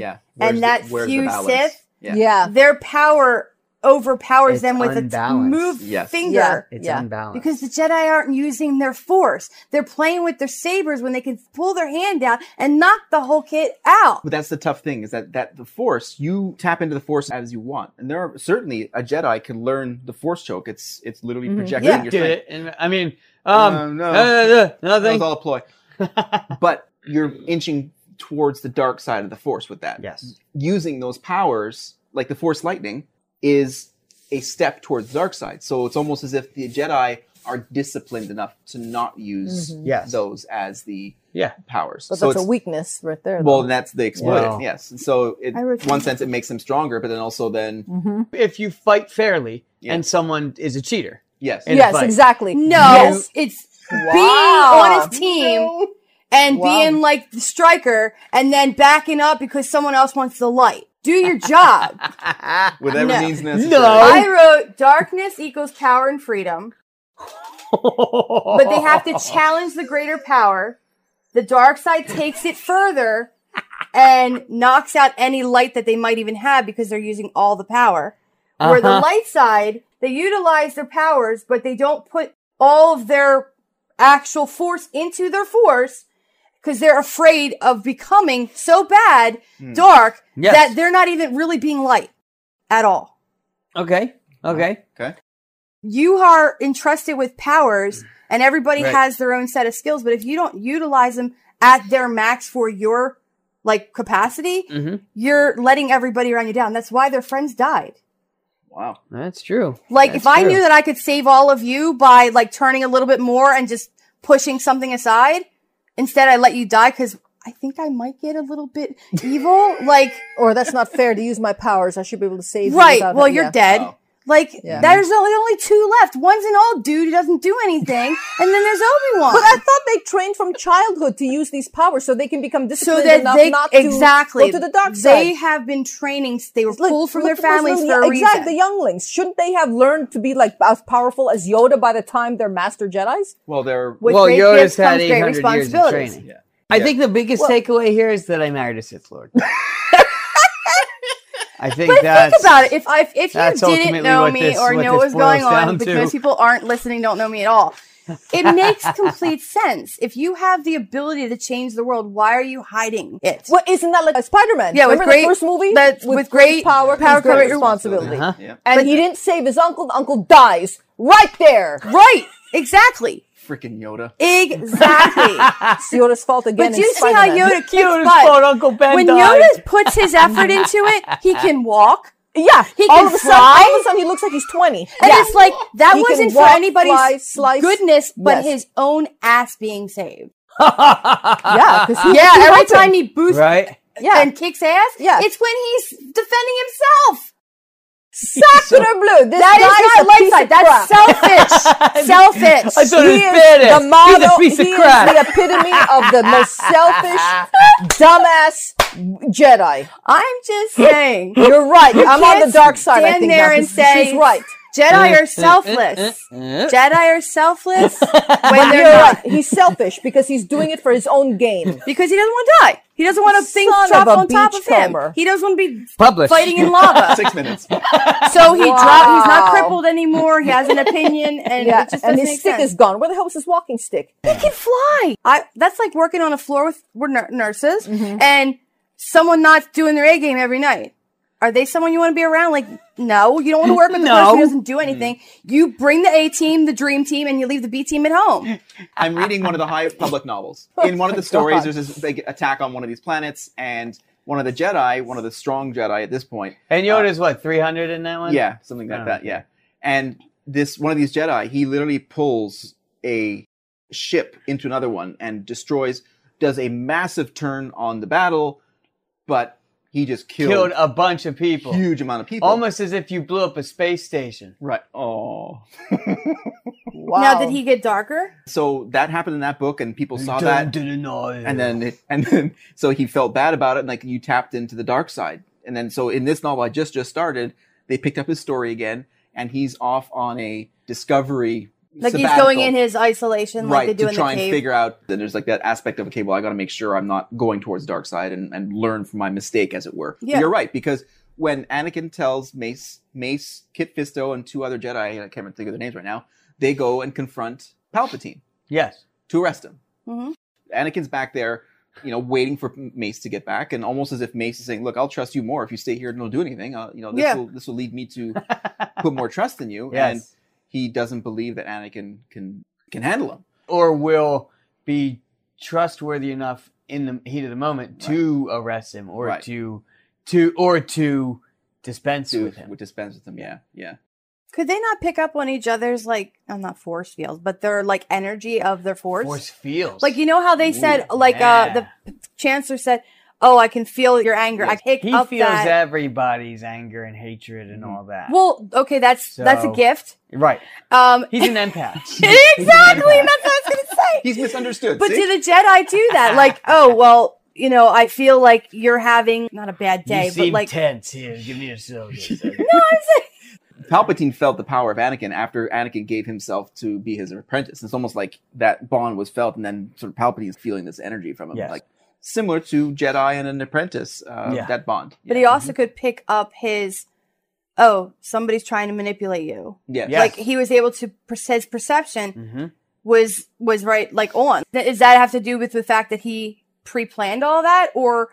Yeah. Where's the- and that where's the few balance? Sith. Yeah. Yeah. Their power overpowers It's them with unbalanced. a t- move Yes. finger. Yeah. It's Yeah. unbalanced. Because the Jedi aren't using their force. They're playing with their sabers when they can pull their hand out and knock the whole kid out. But that's the tough thing is that that the force you tap into the force as you want, and there are certainly a Jedi could learn the force choke. It's it's literally Mhm. projecting Yeah. your Did thing. it, and- I mean, um, Um, no, uh, uh, nothing. That was all a ploy. but you're inching towards the dark side of the force with that. Yes, using those powers like the force lightning is a step towards the dark side. So it's almost as if the Jedi are disciplined enough to not use Mhm. Mm-hmm. Yes. those as the yeah powers. But So that's a it's- weakness right there. well, though. and that's they exploit Wow. it. Yes, and so it, I refuse. one sense it makes them stronger, but then also then If you fight fairly and someone is a cheater. Yes. in a yes, fight, exactly. No, it's being Wow. on his team and being like the striker and then backing up because someone else wants the light. Do your job. whatever No. means necessary. I wrote darkness equals power and freedom. but they have to challenge the greater power. The dark side takes it further and knocks out any light that they might even have because they're using all the power. Where the Uh-huh. light side, they utilize their powers, but they don't put all of their actual force into their force because they're afraid of becoming so bad Hmm. dark Yes. that they're not even really being light at all Okay. Okay. Okay. you are entrusted with powers and everybody Right. has their own set of skills but if you don't utilize them at their max for your like capacity Mhm. you're letting everybody around you down that's why their friends died Wow. That's true. like That's if i true. knew that i could save all of you by like turning a little bit more and just pushing something aside instead i let you die because i think i might get a little bit evil like or that's not fair to use my powers. I should be able to save. you Right. without- Well, you're yeah. dead. Oh. Like Yeah. there's only only two left. One's an old dude who doesn't do anything, and then there's Obi Wan. But I thought they trained from childhood to use these powers so they can become disciplined so that enough they not to exactly go to the dark They side. have been training. They were Like, pulled from look their at those families little- for a exactly, reason. the younglings. Shouldn't they have learned to be like as powerful as Yoda by the time they're master Jedi's? Well, they're With well, great Yoda's gifts had comes great 800 years of responsibilities. training. Yeah. I Yeah. think the biggest Well- takeaway here is that I married a Sith Lord. I think But that's think about it. If I, if that's you didn't ultimately know what me this- or what this know what was going boils on, down to. because people aren't listening, don't know me at all. It makes complete sense. If you have the ability to change the world, why are you hiding it? Well, isn't that like a Spider-Man? Yeah, with Remember great- the first movie that's- with great power, power comes great comes responsibility. responsibility. Uh-huh. And he didn't save his uncle. The uncle dies right there. Right, exactly. freaking Yoda. Exactly. it's Yoda's fault again. But in you see how Spider-Man. Yoda kicks butt. when Yoda puts his effort into it, he can walk. Yeah, he all can of a sudden- fly. all of a sudden, he looks like he's twenty. And Yeah. it's like that He can wasn't walk, for anybody's fly, slice. goodness, but Yes. his own ass being saved. yeah, because yeah, every time he boosts right. yeah. and kicks ass. Yeah. It's when he's defending himself. Sakura Blue. This That is guy's not a light piece side. of That's crap. selfish. Selfish. I thought it was He is badass. the He's a model- piece of he is crap. the epitome of the most selfish, dumbass Jedi. I'm just saying. You're right. You I'm on can't the dark side. I Stand think there now, and 'cause say, she's right. Jedi are selfless. Jedi are selfless when But they're you're not. right. He's selfish because he's doing it for his own gain. Because he doesn't want to die. He doesn't want to things Son of dropped a on top of him. beachcomber. He doesn't want to be Published. fighting in lava. Six minutes. So he dropped. He's not Wow. crippled anymore. He has an opinion, and Yeah, it just and doesn't his make stick sense. is gone. Where the hell was his walking stick? He can fly. I. That's like working on a floor with we're nur- nurses Mm-hmm. and someone not doing their A game every night. Are they someone you want to be around? Like, no, you don't want to work with the person who No. doesn't do Mm. anything. You bring the A team, the dream team, and you leave the B team at home. I'm reading one of the high public novels. In one of Oh the stories, there's this big attack on one of these planets, and one of the Jedi, one of the strong Jedi at this point, And Yoda's what, 300 in that one? Uh, yeah, something like Oh. that, yeah. And this one of these Jedi, he literally pulls a ship into another one and destroys, does a massive turn on the battle, but he just killed, Killed a bunch of people. huge amount of people. Almost as if you blew up a space station. Right. Oh. Now, did he get darker? So that happened in that book, and people saw that, and then and then so he felt bad about it, and like you tapped into the dark side, and then so in this novel I just just started, they picked up his story again, and he's off on a discovery. Like he's sabbatical. going in his isolation, like right they do to in try the and cave. figure out that there's like that aspect of okay well i got to make sure i'm not going towards dark side and, and learn from my mistake as it were But Yeah. you're right because when anakin tells mace mace kit fisto and two other jedi i can't even think of their names right now they go and confront palpatine yes to arrest him Mhm. anakin's back there you know waiting for mace to get back and almost as if mace is saying look i'll trust you more if you stay here and don't do anything uh, you know this Yeah. will this will lead me to put more trust in you Yes. and he doesn't believe that anakin can can handle him Or will be trustworthy enough in the heat of the moment to arrest him or Right. to to or to dispense to with him. would dispense with them. Yeah, yeah. Could they not pick up on each other's like, oh, not force fields, but their like energy of their force? Force feels. Like you know how they said, Ooh, like uh the chancellor said, "Oh, I can feel your anger. I pick he up feels that." everybody's anger and hatred and Mm-hmm. all that. Well, okay, that's that's a So- gift. right. Um, He's an empath. exactly. and that's what I was gonna say. He's misunderstood. But did a Jedi do that? Like, oh well, you know, I feel like you're having not a bad day, you seem but like tense here. Give me your soda. Palpatine felt the power of Anakin after Anakin gave himself to be his apprentice. It's almost like that bond was felt, and then sort of Palpatine's feeling this energy from him, Yes. like similar to Jedi and an apprentice. Uh, Yeah. mm-hmm. That bond. But he also could pick up his, oh, somebody's trying to manipulate you. Yes. Yes. Like he was able to per- his perception Mm-hmm. was was right like on. Th- Does that have to do with the fact that he pre-planned all that, or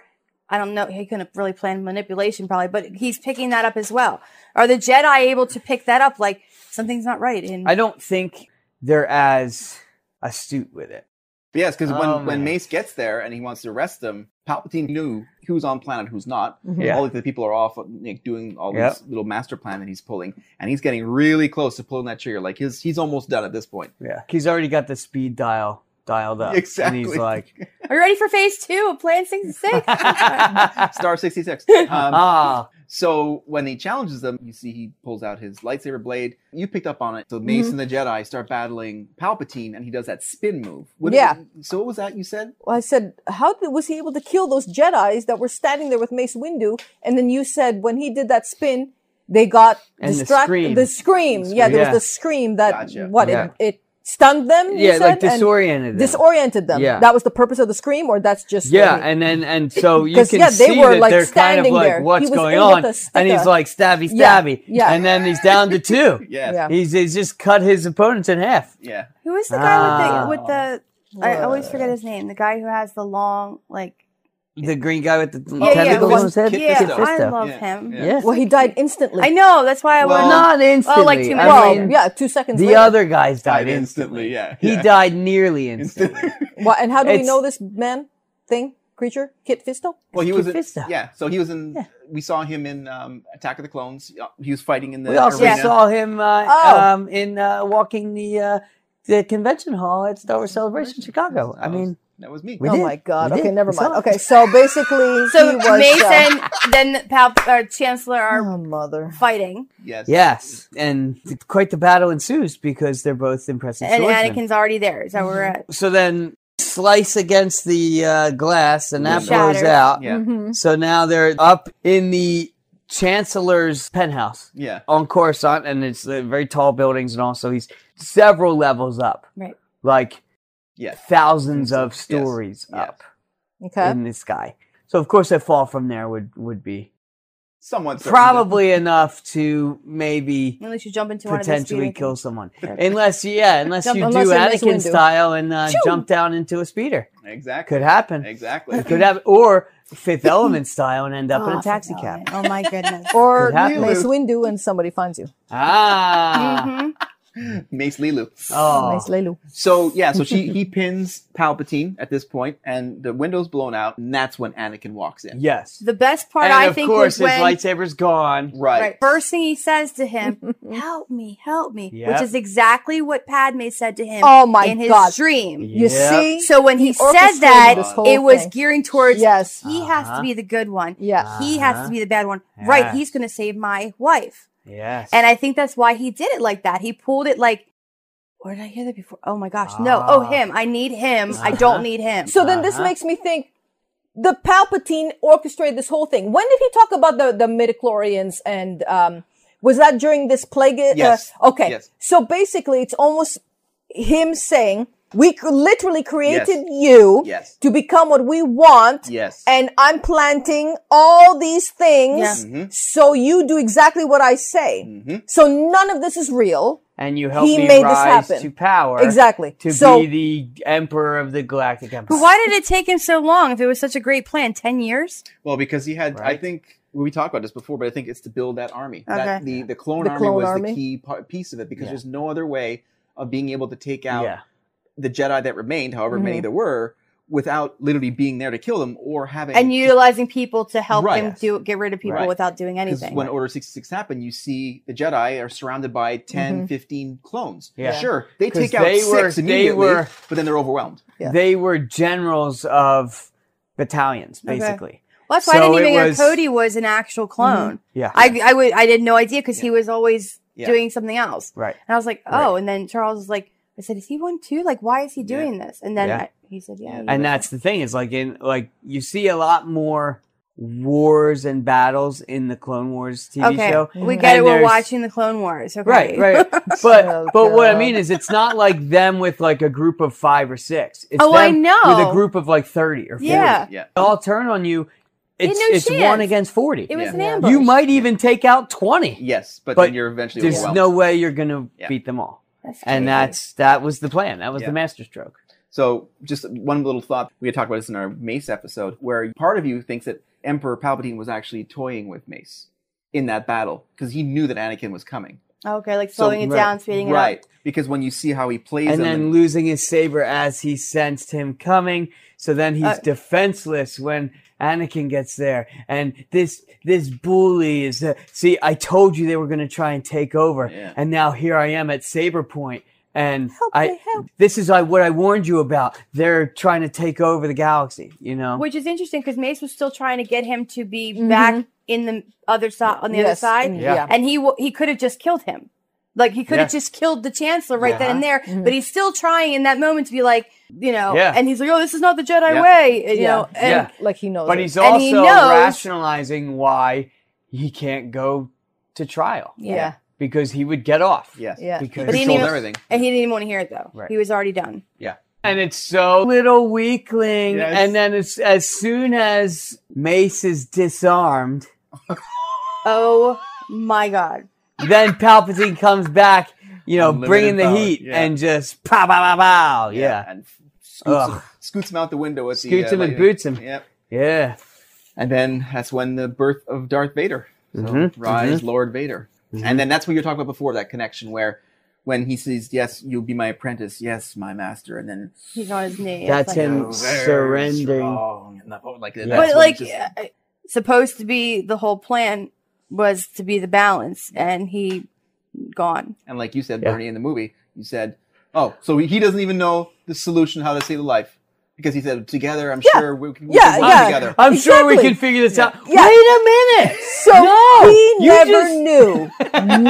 I don't know, he couldn't really plan manipulation probably, but he's picking that up as well. Are the Jedi able to pick that up? Like something's not right in I don't think they're as astute with it. Yes, because when, Oh, when man. Mace gets there and he wants to arrest them, Palpatine knew who's on planet, who's not. Mhm. Yeah. All of the people are off like, doing all Yep. this little master plan that he's pulling, and he's getting really close to pulling that trigger. Like his, he's almost done at this point. Yeah. He's already got the speed dial dialed up. And Exactly. he's like, Are you ready for phase two of Plan Six and Six? Star 66. Um, ah. So when he challenges them, you see he pulls out his lightsaber blade. You picked up on it. Mm-hmm. So Mace Mhm. and the Jedi start battling Palpatine, and he does that spin move. What- Yeah. So what was that you said? Well, I said, how did, was he able to kill those Jedi's that were standing there with Mace Windu? And then you said when he did that spin, they got And the distracted. scream. The scream. Yeah, there Yeah. was the scream that Gotcha. what Yeah. it, it stunned them. you Yeah, like said, and disoriented them. Disoriented them. Yeah. That was the purpose of the scream, or that's just Yeah, what he- and then and so you 'Cause, can yeah, they see were, that like, they're kind standing of like, there. what's He was going in with on? a And he's sticker. like, stabby, Yeah, stabby. yeah. And then he's down to two. Yes. Yeah. He's, he's just cut his opponents in half. Yeah. Who is the guy Ah. with the with the? I always forget his name. The guy who has the long like. The green guy with the Yeah, yeah, tentacles well, on his head. yeah, Kid I Fisto. love him. Yes. Well, he died instantly. I know. That's why I Well, wanted- not Oh, like instantly. two I minutes. Well, mean, yeah, two seconds. The later. other guy's died instantly. yeah, He yeah. died nearly instantly. Well, and how do we It's- know this man, thing, creature, Kit Fisto? Well, he was. Kid In, Fisto. yeah. So he was in. We saw him in um, Attack of the Clones. He was fighting in the. we also arena. saw him uh, Oh. um, in uh, walking the uh, the convention hall at Star Wars Celebration Chicago. I mean, That was me. oh my god. Okay, never mind. Okay, so basically he So was Mason, uh, Oh, then Pal- or Chancellor are mother. fighting, Yes. Yes, and th- quite the battle ensues because they're both impressive and swordsmen. Anakin's already there. Is that where we're Mm-hmm. at? So then slice against the uh, glass, and that blows Shatters. out. Yeah. Mhm. So now they're up in the chancellor's penthouse. Yeah. on Coruscant, and it's uh, very tall buildings, and also he's several levels up, Right. like yeah, thousands of stories up Okay. in the sky. So of course, a fall from there would would be Somewhat certain, probably enough to maybe Unless you jump into one potentially of kill someone, unless yeah, unless Jump- you unless do you're Mace Anakin Windu. style and uh, Choo! jump down into a speeder. Exactly. Could happen. Exactly. It could happen, or Fifth Element style and end up in Oh, a taxi cab. Oh my goodness. or Could happen. Mace Windu and somebody finds you. Ah. Mm-hmm. Mace Lilu. Oh. Mace Lelu. So yeah, so she he pins Palpatine at this point, and the window's blown out, and that's when Anakin walks in. Yes. The best part and I of think course, was when his lightsaber's gone. right. first thing he says to him, "Help me, help me," Yep. which is exactly what Padme said to him. Oh my in his God. dream. You Yep. see? So when he, He said orchestrated that, this whole it was thing. gearing towards yes, he has to Uh-huh. be the good one. Yeah, he has Uh-huh. to be the bad one. Right? Yeah. He's going to save my wife, Yes. and I think that's why he did it like that. He pulled it like. Where did I hear that before? Oh my gosh. No. Oh, Ah. him. I need him. I don't need him. So then this makes me think the Palpatine orchestrated this whole thing. When did he talk about the the midichlorians and um was that during this plague? uh, Yes. okay. Yes. So basically it's almost him saying we c- literally created Yes. you Yes. to become what we want. Yes. And I'm planting all these things Yeah. Mhm. so you do exactly what I say. Mm. Mm-hmm. So none of this is real. and you helped He me made this rise happen. to power. Exactly. To So- be the emperor of the galactic empire. But why did it take him so long? If it was such a great plan, ten years. Well, because he had, I think we talked about this before, but I think it's to build that army. Okay. That, the the clone The army clone was army. the key part, piece of it because there's no other way of being able to take out Yeah. the Jedi that remained, however many Mhm. there were, without literally being there to kill them or having and utilizing people to help Right. him do get rid of people Right. without doing 'Cause anything. When Order 66 happened, you see the Jedi are surrounded by 10, Mhm. 15 clones. Yeah. Sure, they 'Cause take out they six were- they immediately, were- but then they're overwhelmed. They were generals of battalions, Okay. basically. Well, that's why I So didn't even it know was- Mm-hmm. Cody was an actual clone. Yeah. I I would I had no idea because he was always Yeah. doing something else. Right. And I was like, oh. And then Charles was like, I said, is he one too? Like, why is he doing this? And then Yeah. I- he said, yeah. he and is." that's the thing is like in like you see a lot more wars and battles in the Clone Wars TV okay. show. We get it. and We're there's- watching the Clone Wars. Okay. Oh, Right, right. But but what I mean is it's not like them with like a group of five or six. It's Oh, I them with know. a group of like thirty or forty. Yeah. Oh. Yeah. They all turn on you. had It's no it's chance. one against forty. It was Yeah. an You ambush. might even take out twenty. Yes, but, then you're eventually there's overwhelmed. no way you're gonna Yeah. beat them all. That's crazy. and that's that was the plan. That was Yeah. the master stroke. So, just one little thought. We had talked about this in our Mace episode, where part of you thinks that Emperor Palpatine was actually toying with Mace in that battle because he knew that Anakin was coming. okay, like slowing it down, speeding right. it up. Because when you see how he plays and him, then losing his saber as he sensed him coming. So then he's Uh, defenseless when Anakin gets there, and this this bully is. Uh, see, I told you they were going to try and take over, and now here I am at saber point, and I this is I, what I warned you about. They're trying to take over the galaxy, you know. Which is interesting because Mace was still trying to get him to be Mm-hmm. back in the other side on the other Yes, side, and- yeah. and he w- he could have just killed him, like he could have Yeah. just killed the Chancellor right then and there. Uh-huh. Mm-hmm. But he's still trying in that moment to be like, you know, Yeah. and he's like, oh, this is not the Jedi Yeah. way, you Yeah. know, and Yeah. Like he knows. but it. he's And also he knows- rationalizing why he can't go to trial. Yeah. Because he would get off. Yes. yeah, Because But he didn't even- and he didn't even want to hear it though. Right. He was already done. Yeah. And it's so little weakling. Yes. And then it's, as soon as Mace is disarmed, Oh my God! then Palpatine comes back, you know, Unlimited bringing the power, heat yeah. and just pow, pow, pow, pow. Yeah. and scoots him, Ugh. scoots him out the window. With Scoots the, uh, him and lightning. boots him. Yep. Yeah. And then that's when the birth of Darth Vader. So Mm-hmm. Mhm, Rise, mhm. Lord Vader. And then that's what you were talking about before that connection where when he says, Yes, you'll be my apprentice. Yes, my master. And then He's on his knees. That's like, him "You're very surrendering. strong," and the whole- like, that's but when like just- uh, supposed to be the whole plan was to be the balance and he gone and like you said, Bernie, in the movie, you said, Oh, so he doesn't even know the solution how to save the life. because he said together. I'm Yeah. sure we can, we Yeah, can run yeah. together. I'm sure we Exactly. can figure this out. Yeah. Wait a minute. So No, we you never just- knew.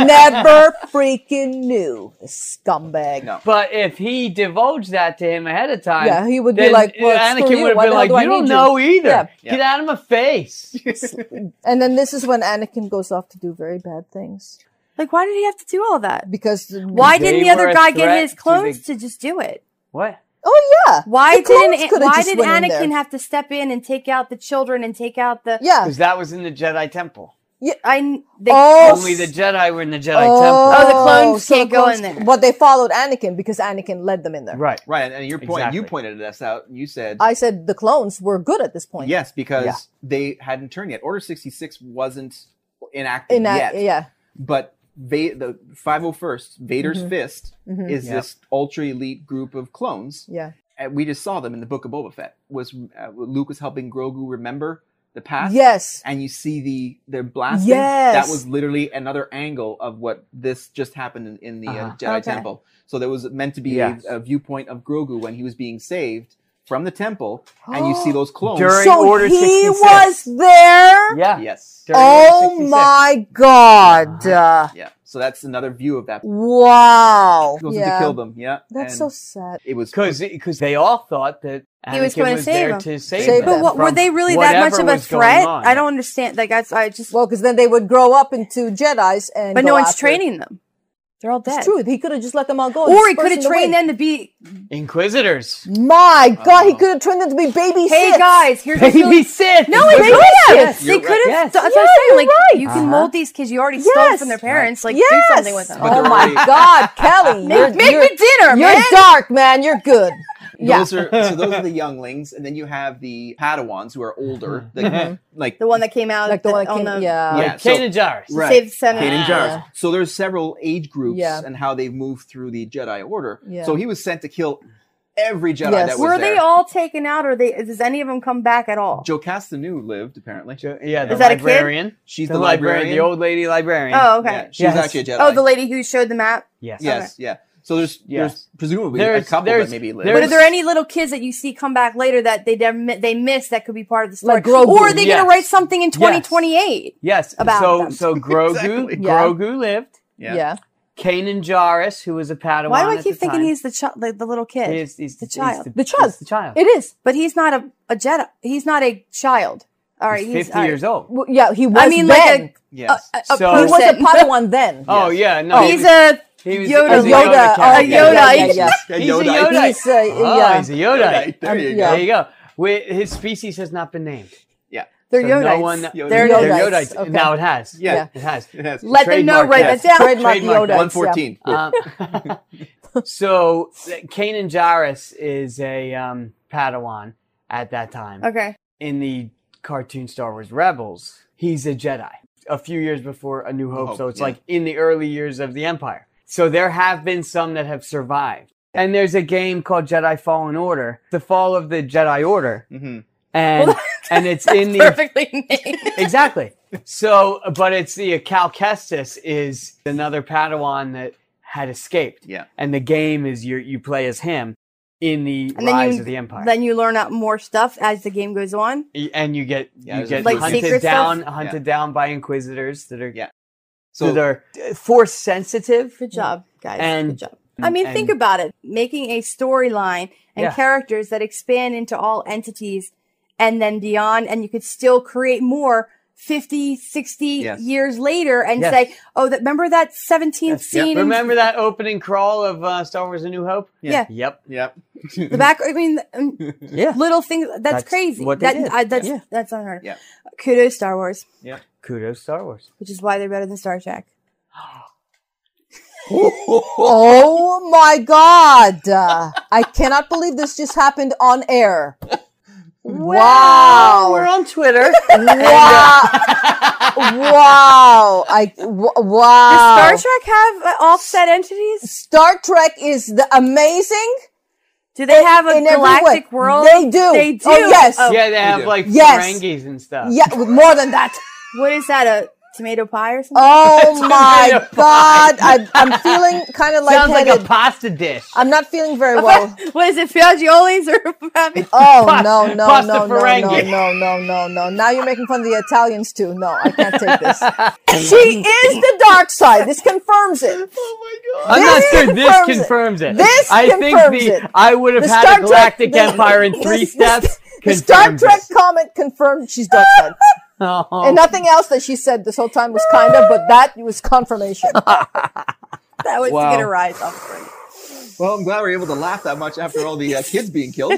never freaking knew. Scumbag. But if he divulged that to him ahead of time, Yeah, he would be then uh, like, well, it's Anakin still you. would have Why been the hell like, do I you don't need you?" know either. Yeah. Yeah. Get out of my face. And then this is when Anakin goes off to do very bad things. Like, why did he have to do all that? Because Why didn't the other guy get his clones the- to just do it? What? Oh yeah. Why The clones didn't coulda Why just did went in there. Anakin have to step in and take out the children and take out the yeah? Because that was in the Jedi Temple. Yeah, I Oh, Only the Jedi were in the Jedi Oh, the Temple. clones so the can't go clones- in there. But they followed Anakin because Anakin led them in there. Right. Right, and, and your point, you pointed us out. You said I said the clones were good at this point. yes because Yeah. they hadn't turned yet. Order 66 wasn't enacted In that, yet. yeah. But Va- the 501st, Vader's Mhm. Fist, Mhm. is Yep. this ultra elite group of clones. Yeah. And we just saw them in the Book of Boba Fett. Was uh, Luke was helping Grogu remember the past? Yes. And you see the they're blasting. Yes. That was literally another angle of what this just happened in, in the uh, Uh-huh. Jedi Okay. Temple. So there was meant to be Yes. a, a viewpoint of Grogu when he was being saved from the temple, and you Oh. see those clones During so Order he 66. was there. Yeah. Yes. Oh my god. Uh, Yeah. So that's another view of that. Uh-huh. Wow. He goes in to kill them. Yeah. That's so and sad. It was because because they all thought that he was Anakin going to was save there him? to save them. but what, were from they really that much whatever of a was going threat? on. I don't understand. Like I, I just Well, because then they would grow up into Jedi's, and but go no one's after- training them. They're all dead. It's true. He could have just let them all go, and Or he dispersed could have in the trained wind. them to be. Inquisitors. My God, Uh-huh. he could have trained them to be baby. Hey Siths. guys, here's a Baby Sith. No, they Baby could have. Sith. They You're could right. have. Yes. That's what Yeah, I'm saying. you're Like right. you can Uh-huh. mold these kids. You already stole Yes. from their parents. Like yes. do something with them. Oh my God, Kelly, Make- you're- make you're- me dinner, You're man. dark, man. You're good. Yeah. Those are, so those are the younglings, and then you have the Padawans who are older, Mm-hmm. the, Mhm. like the one that came out. Like the one that on came- the- yeah. yeah, Kanan Jarrus. right. Save Senate. Kanan Uh, Yeah. Jarrus. So there's several age groups Yeah. and how they've moved through the Jedi Order. Yeah. So he was sent to kill every Jedi that was Were there. they all taken out, or they? Does any of them come back at all? Joe Castanew lived apparently. yeah, the Is that a kid? librarian. She's The the, librarian, librarian. the old lady librarian. Oh, okay. Yeah, she's Yes. actually a Jedi. Oh, the lady who showed the map. Yes. Yes, yeah. So there's, there's presumably There's- a couple there's- that maybe lived. But are there any little kids that you see come back later that they never mi- they miss that could be part of the story? Like Grogu. or are they going Yes. to write something in Yes. 2028? Yes. About so them. so Grogu Exactly. Yeah. Grogu lived. Yeah. Kanan Jarrus, who was a Padawan. Why do I at the keep thinking time. he's the, chi- the the little kid? He's- he's- the he's child. the- the child. the child. It is, but he's not a, a Jedi. He's not a child. All right, He's he's, 50 all right. years old. Well, yeah, he was. I mean, then. like oh, a, Yes. a, a So- he was a person. Padawan then. Oh yeah, no. he he's was- a he was- Yoda. he's a Yoda. Yoda, cat. oh, yeah, yeah, yeah, yeah. He's, Yoda. a Yoda. He's a- oh, yeah. he's a Yoda. Yoda. There you go. There you go. We, his species has not been named. yeah. They're so Yodites. No one, They're They're Yodites. Yodites. Okay. Now it has. Yeah. Yeah. It has. It has. Let them know, write that down. Trademark Yodites, yeah. 114. Um, so uh, Kanan Jarrus is a um, Padawan at that time. Okay. In the cartoon Star Wars Rebels, he's a Jedi. A few years before A New Hope, Hope, so it's Oh, yeah. like in the early years of the Empire. So there have been some that have survived. And there's a game called Jedi Fallen Order, The Fall of the Jedi Order. Mm-hmm. And and it's in the perfectly named. exactly. So, but it's the uh, Cal Kestis is another Padawan that had escaped. Yeah. And the game is you you play as him in the Rise And then you of the Empire. then you learn out more stuff as the game goes on. Y- and you get Yeah, you there's get like hunted secret down stuff? hunted down by inquisitors that are Yeah. so So- that are uh, force sensitive. Good job, guys. And Good job. I mean, think and- about it. Making a storyline and Yeah. characters that expand into all entities and then beyond, and you could still create more 50, 60 Yes. years later and Yes. say, oh, that remember that 17th scene? in- Remember that opening crawl of uh, Star Wars: A New Hope? Yeah. Yep. Yep. the back. I mean, um, little things. That's, That's crazy. what they that, did. I, that's Yeah. that's unheard of. Yeah. Kudos Star Wars, Yeah. Kudos, Star Wars. which is why they're better than Star Trek. Oh my God. Uh, I cannot believe this just happened on air. Wow. We're on Twitter. uh, Wow. wow. I, w- Does wow. Star Trek have uh, offset entities? Star Trek is the amazing. Do they have a in every way. galactic world? They do. They do. Oh, yes. Oh, yeah, they have do. like Yes. Ferengis and stuff. Yeah, with more than that. What is that? A tomato pie or something? Oh my god! I, I'm feeling kind of like Sounds like a pasta dish. I'm not feeling very well. what is it, Fagiolis or Oh no no pasta no no no merengue. no no no no! Now you're making fun of the Italians too. No, I can't take this. she is the dark side. This confirms it. I'm not This sure this confirms it. confirms it. This I confirms think the it. I would have The had Star a Trek- galactic the- empire in the- three the- steps. The Star confirms it. Trek comment confirmed she's dark side, Oh. and nothing else that she said this whole time was kind of, but that was confirmation. That was Wow. to get a rise off. of it. Well, I'm glad we are able to laugh that much after all the uh, kids being killed.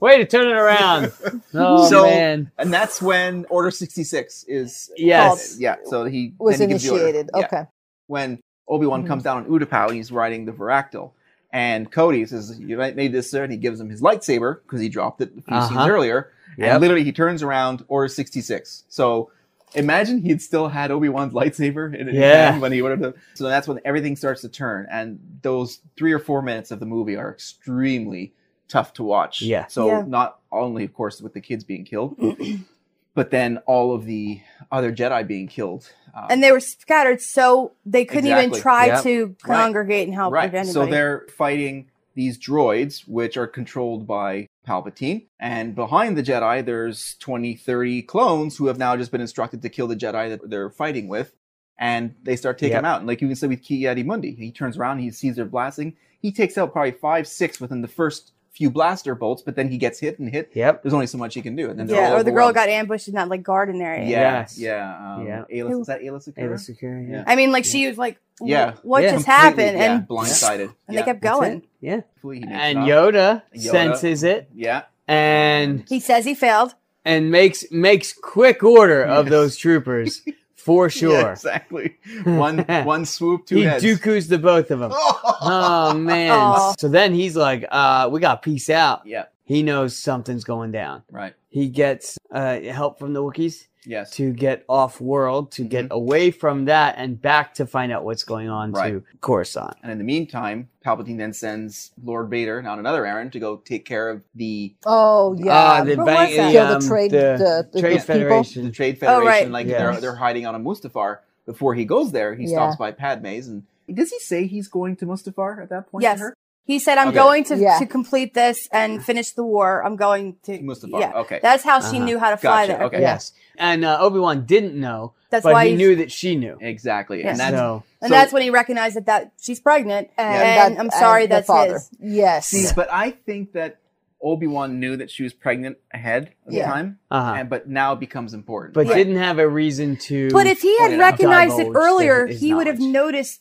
Way to turn it around. Oh so, man. And that's when Order 66 is Yes. yeah. So he was then he gives the order. initiated. Yeah. Okay. When Obi Wan Mhm. comes down on Utapau and he's riding the Viractyl, and Cody says, "You made this, sir," and he gives him his lightsaber because he dropped it a few Uh-huh. scenes earlier. Yep. And literally, he turns around Order 66. So. Imagine he'd still had Obi Wan's lightsaber in his Yeah. hand when he would have. So that's when everything starts to turn, and those three or four minutes of the movie are extremely tough to watch. Yeah. So Yeah. not only, of course, with the kids being killed, but then all of the other Jedi being killed. Um, And they were scattered, so they couldn't even Exactly. try Yep. to Right. congregate and help right. prevent So anybody. they're fighting these droids, which are controlled by Palpatine. And behind the Jedi, there's 20, 30 clones who have now just been instructed to kill the Jedi that they're fighting with. And they start taking Yep. them out. And like you can say with Ki Adi Mundi, he turns around, he sees they're blasting. He takes out probably five, six within the first few blaster bolts, but then he gets hit and hit. Yep. There's only so much he can do. And then they're yeah, all or the girl overwhelmed. got ambushed in that like garden area. Yes. Yes. Yeah. Um, Yeah. Ayla, is that Ayla Secura? Ayla Secura, yeah. I mean, like she was like, w- Yeah. what Yeah. just Completely, happened?" yeah, And blindsided. and Yeah. they kept That's it. going. Yeah. Hopefully he makes And it up. Yoda, Yoda. senses it Yeah. and He says he failed. and makes makes quick order of Yes. those troopers for sure. Yeah, exactly. One one swoop, two he heads. dooku's the both of them. oh man. Aw. So then he's like, uh, we got peace out. Yeah. He knows something's going down. Right. He gets uh, help from the Wookiees Yes. to get off world, to Mm-hmm. get away from that and back to find out what's going on to Right. Coruscant. And in the meantime, Palpatine then sends Lord Vader on another errand to go take care of the Oh yeah. Ah, the What bang- was that? Kill the trade- the- the- trade those people? federation. the Trade Federation. right. Like Oh, Yes. they're they're hiding out on Mustafar. Before he goes there, he Yeah. stops by Padme's and does he say he's going to Mustafar at that point? to Yes. her? He said, "I'm Okay. going to Yeah. to complete this and finish the war. I'm going to Mustafar. Yeah, Okay. that's how she Uh-huh. knew how to fly Gotcha. there. Okay. Yes. And uh, Obi Wan didn't know, That's but why he he's- knew that she knew. Exactly. Yes. And that's so and so- that's when he recognized that that she's pregnant. And, that- I'm sorry, and the that's father. his. Yes. See, but I think that Obi Wan knew that she was pregnant ahead of Yeah. the time, uh-huh. and but now becomes important. but Right. didn't have a reason to But if he Pointed had out. recognized it Divulged earlier, his- his he would have knowledge. noticed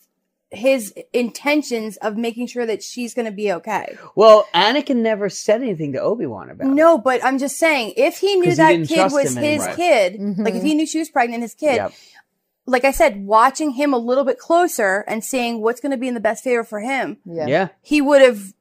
his intentions of making sure that she's going to be okay. Well, Anakin never said anything to Obi Wan about it. No, but I'm just saying, if he knew 'Cause he that didn't kid trust was him his anymore. kid, Right. like if he knew she was pregnant, his kid, Yep. like I said, watching him a little bit closer and seeing what's going to be in the best favor for him, yeah. Yeah. he would have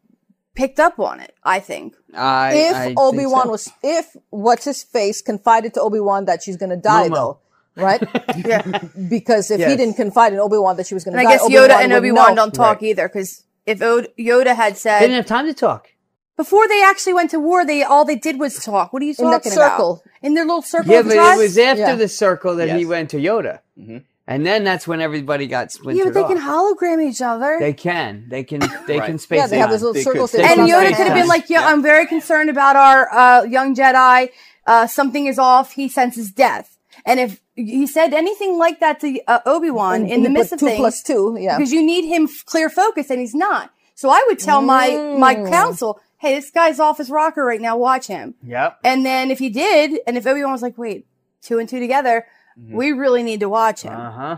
picked up on it, I think. I, I if think Obi Wan so. was, if what's his face confided to Obi Wan that she's going to die Momo. though, right? Yeah. Because if he Yes. didn't confide in Obi Wan that she was going And to I die, guess Yoda and would Obi Wan know. don't talk either, because if Od- Yoda They had didn't said have time to talk. before they actually went to war, they all they did was talk. What are you in that talking about? circle. In their little circle Yeah, of but trust. it was after Yeah. the circle that he Yes. went to Yoda, Mhm. and then that's when everybody got yeah, splintered but they can off. hologram each other. They can. They can. They Right. can space. Yeah, they have out. those little They could circles. say that It's and on talk Yoda about could have it. been like, "Yeah, Yeah. I'm very concerned about our uh, young Jedi. Uh, something is off. He senses death." And if he said anything like that to uh, Obi Wan in the but midst of two things, plus two, yeah. because you need him f- clear focus, and he's not. So I would tell my my Mm. counsel, "Hey, this guy's off his rocker right now. Watch him." Yep. And then if he did, and if Obi Wan was like, "Wait, two and two together, we really need to watch him." Uh huh.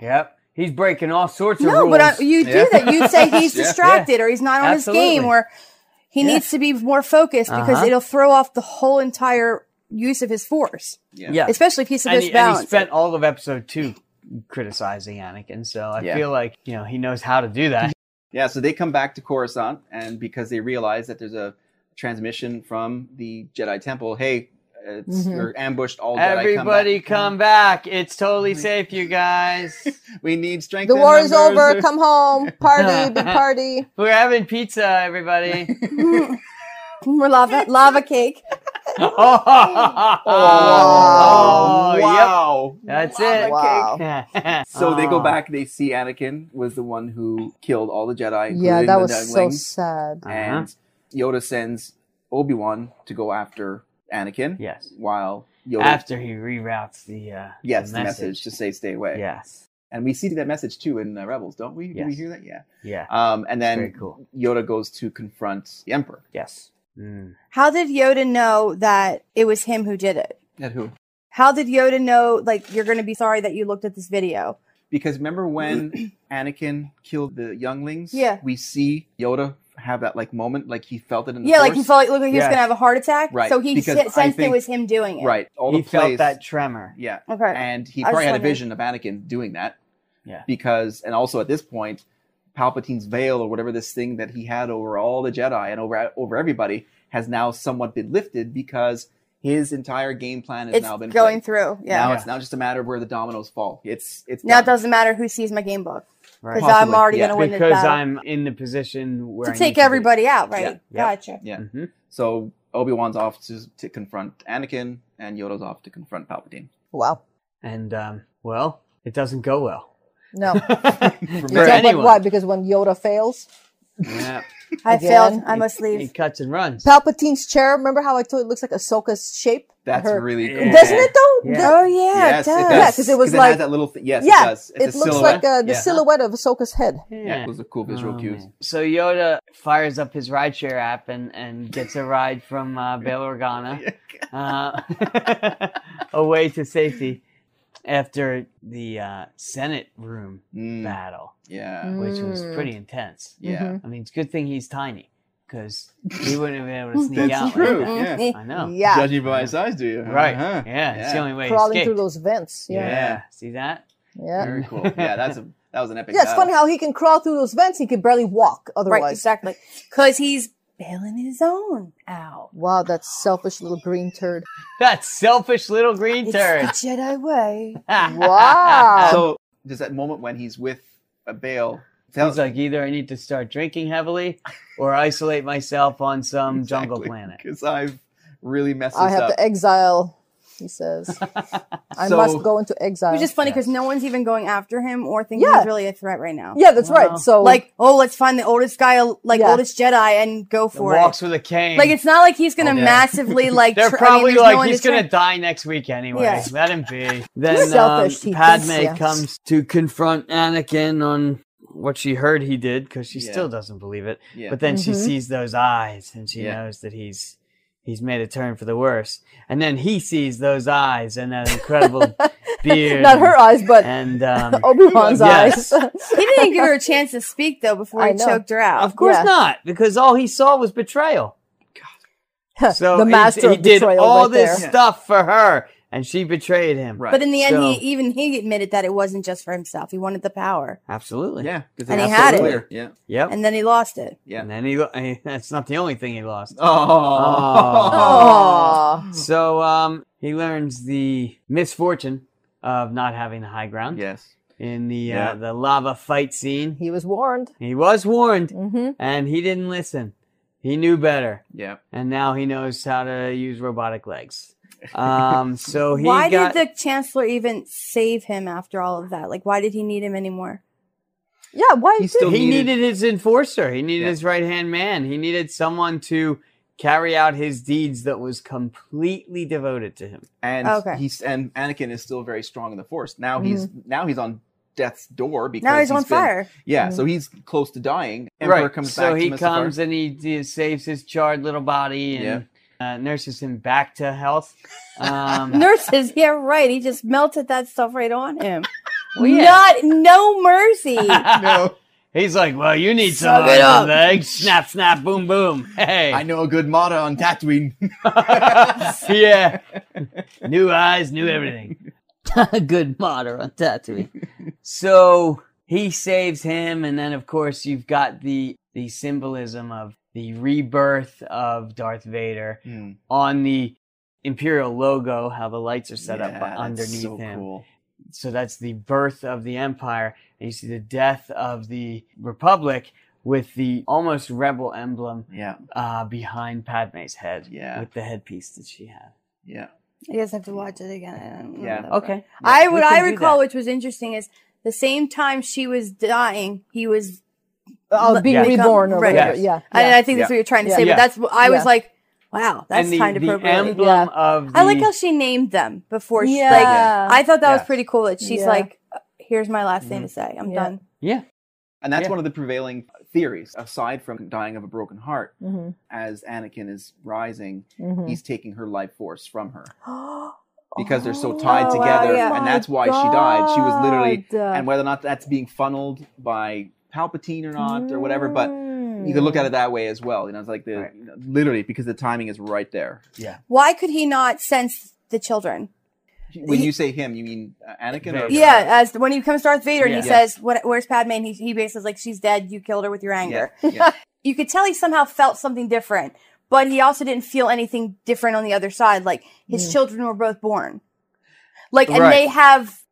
Yep. He's breaking all sorts of No, rules. but uh, you do Yeah. that. You say he's Yeah. distracted or he's not on Absolutely. his game or he Yeah. needs to be more focused because Uh-huh. it'll throw off the whole entire use of his force, yeah. yeah. especially if he's And supposed he, to and he balance. spent all of episode two criticizing Anakin, so I Yeah. feel like you know he knows how to do that. Yeah, so they come back to Coruscant, and because they realize that there's a transmission from the Jedi Temple, hey, it's, Mhm. we're ambushed. All Everybody Jedi come Mm-hmm. come back. It's totally safe, you guys. back. We need strength. The war is members. over. Come home. Party. Big party. We're having pizza, everybody. More lava, lava cake. oh, wow. wow. Oh, That's it. Uh, Ah. so they go back. They see Anakin was the one who killed all the Jedi. Yeah, including that the was so Younglings. sad. Uh-huh. And Yoda sends Obi Wan to go after Anakin. Yes. While Yoda After he reroutes the uh, yes the the message. to say stay away. Yes. And we see that message too in uh, Rebels, don't we? Do we Yes. hear that? Yeah. Yeah. Um, and then Very cool. Yoda goes to confront the Emperor. Yes. Mm. How did Yoda know that it was him who did it? At who? How did Yoda know, like, you're going to be sorry that you looked at this video? Because remember when Anakin killed the younglings? Yeah. We see Yoda have that like moment, like he felt it in the Yeah, like he Force. felt like, look, he was Yeah. going to have a heart attack. Right, So he because se- I sensed it think- was him doing it. Right. All He the felt plays- that tremor. Yeah. Okay. And he I was probably had a wondering. vision of Anakin doing that. Yeah. Because and also at this point, Palpatine's veil or whatever this thing that he had over all the Jedi and over over everybody has now somewhat been lifted because his entire game plan has It's now been going played. through. Yeah. Now it's not just a matter of where the dominoes fall. It's it's Now it done. doesn't matter who sees my game book. Right. Because I'm Possibly, already yeah. going to win this Because battle. I'm in the position where to I take need be. Mm-hmm. everybody out, right? Yeah. Yep. Gotcha. Yeah. So Obi Wan's off to, to confront Anakin, and Yoda's off to confront Palpatine. Wow. And um, well, it doesn't go well. No. For Yeah, but anyone. why? Because when Yoda fails, Yeah. I Again. failed. I must leave. He cuts and runs. Palpatine's chair. Remember how I told you it looks like Ahsoka's shape? That's Her- really cool. Doesn't it though? Yeah. The- Oh, yeah, it Yes, does. Yeah, 'cause it was has like- that little thing. Yes, yeah, it does. It's a looks silhouette. like uh, the Yeah. silhouette of Ahsoka's head. Yeah, it was a cool visual Oh, cues. So Yoda fires up his rideshare app and, and gets a ride from uh, Bail Organa uh, away to safety after the uh, Senate room Hmm. Mm. battle. Yeah. Which was Mm. pretty intense. Yeah. Mm-hmm. Mhm. I mean, it's a good thing he's tiny because he wouldn't have been able to sneak That's out. like true, that. yeah. I know. Yeah. Judging by his size, do you? Right. Uh-huh. Yeah, it's the only way he Crawling through escaped. those vents. Yeah. Yeah. See that? Yeah. Very cool. Yeah, that's a that was an epic. Yeah, it's funny battle. how he can crawl through those vents. He can barely walk otherwise. exactly. Because he's bailing his own out. Wow, that selfish little green turd. That selfish little green turd. It's the Jedi way. wow. So there's that moment when he's with a Bale. Sounds like either I need to start drinking heavily or isolate myself on some jungle planet. Because I've really messed I have to exile, he says. I So- must go into It exile. was just funny because no one's even going after him or thinking Uh, Yeah. he's really a threat right now. Yeah, that's right. So like, oh, let's find the oldest guy, uh, like Yeah. oldest Jedi, and go for walks it. with a cane. Like, it's not like he's gonna Yeah. massively like. They're tr- I mean, probably there's no like one he's to train." gonna die next week anyway. Yeah. Let him be. Then Selfish, um, he Padme thinks, yeah. comes to confront Anakin on what she heard he did because she still doesn't believe it. Yeah. But then she Mm-hmm. Mhm. sees those eyes and she Yeah. knows that he's he's made a turn for the worse. And then he sees those eyes and that incredible beard. Not her eyes, but and um, Obi-Wan's yes. eyes. He didn't give her a chance to speak though before I he know. choked her out. Of course not, because all he saw was betrayal. So The he- master he, of did betrayal all right this there. stuff for her, and she betrayed him. Right. But in the end, he even he admitted that it wasn't just for himself. He wanted the power, absolutely yeah, And he had it. Yeah. Yep. and then he lost it. Yeah. And then he, lo- he- that's not the only thing he lost. Oh. Aw. So um he learns the misfortune of not having the high ground. Yes. In the Yeah. uh, the lava fight scene. He was warned. He was warned Mm-hmm. and he didn't listen. He knew better. Yeah. And now he knows how to use robotic legs. Um so he why got did the chancellor even save him after all of that? Like, why did he need him anymore? Yeah, why he, needed, his enforcer. He needed his right hand man. He needed someone to carry out his deeds that was completely devoted to him. and Okay. he's and Anakin is still very strong in the Force. Now he's now he's on death's door because he's on been- fire. Yeah, Mhm. so he's close to dying. Emperor comes so back he to Mustafar. comes and he, d saves his charred little body and uh, nurses him back to health. Um, Nurses, yeah, right. He just melted that stuff right on him. Well, yeah. Not no mercy. He's like, well, you need some Suck it arms up." and legs. Snap, snap, boom, boom. Hey, I know a good motto on Tatooine. yeah, new eyes, new everything. good motto on Tatooine. So he saves him, and then of course you've got the the symbolism of the rebirth of Darth Vader Hmm. on the Imperial logo, how the lights are set Yeah, up that's underneath so him. cool. So that's the birth of the Empire. And you see the death of the Republic, with the almost rebel emblem yeah. uh, behind Padme's head yeah. with the headpiece that she had. Yeah. You guys have to watch it again. I don't know Yeah. that Okay. part. Yeah, I we what can I do recall, that. which was interesting, is the same time she was dying, he was uh, Oh, being become- reborn or right. whatever. Yeah. And yeah. I think that's what you're trying to Yeah. say. Yeah. But that's what I was Yeah. like, wow, that's and the, timed the appropriately. emblem of the, I like how she named them before. She, Yeah. like I thought that was Yeah. Mm-hmm. pretty cool. That she's Yeah. like, here's my last thing to say. I'm Yeah. done. yeah. And that's Yeah. one of the prevailing theories, aside from dying of a broken heart. Mm-hmm. As Anakin is rising, Hmm. Mhm. he's taking her life force from her Mhm. because they're so tied Oh, wow, together, yeah. and that's why she died. She was literally, Uh, God. and whether or not that's being funneled by Palpatine or not or whatever, but you can Mm. look at it that way as well. You know, it's like the literally because the timing is right there. Yeah. Why could he not sense the children? When you say him, you mean uh, Anakin? Or Yeah, as when he becomes Darth Vader and he Yeah. Yeah. says, what, "Where's Padme?" and he, he basically is like, "She's dead. You killed her with your anger." Yeah, yeah. you could tell he somehow felt something different, but he also didn't feel anything different on the other side. Like his Mm. children were both born, like, and Right. they have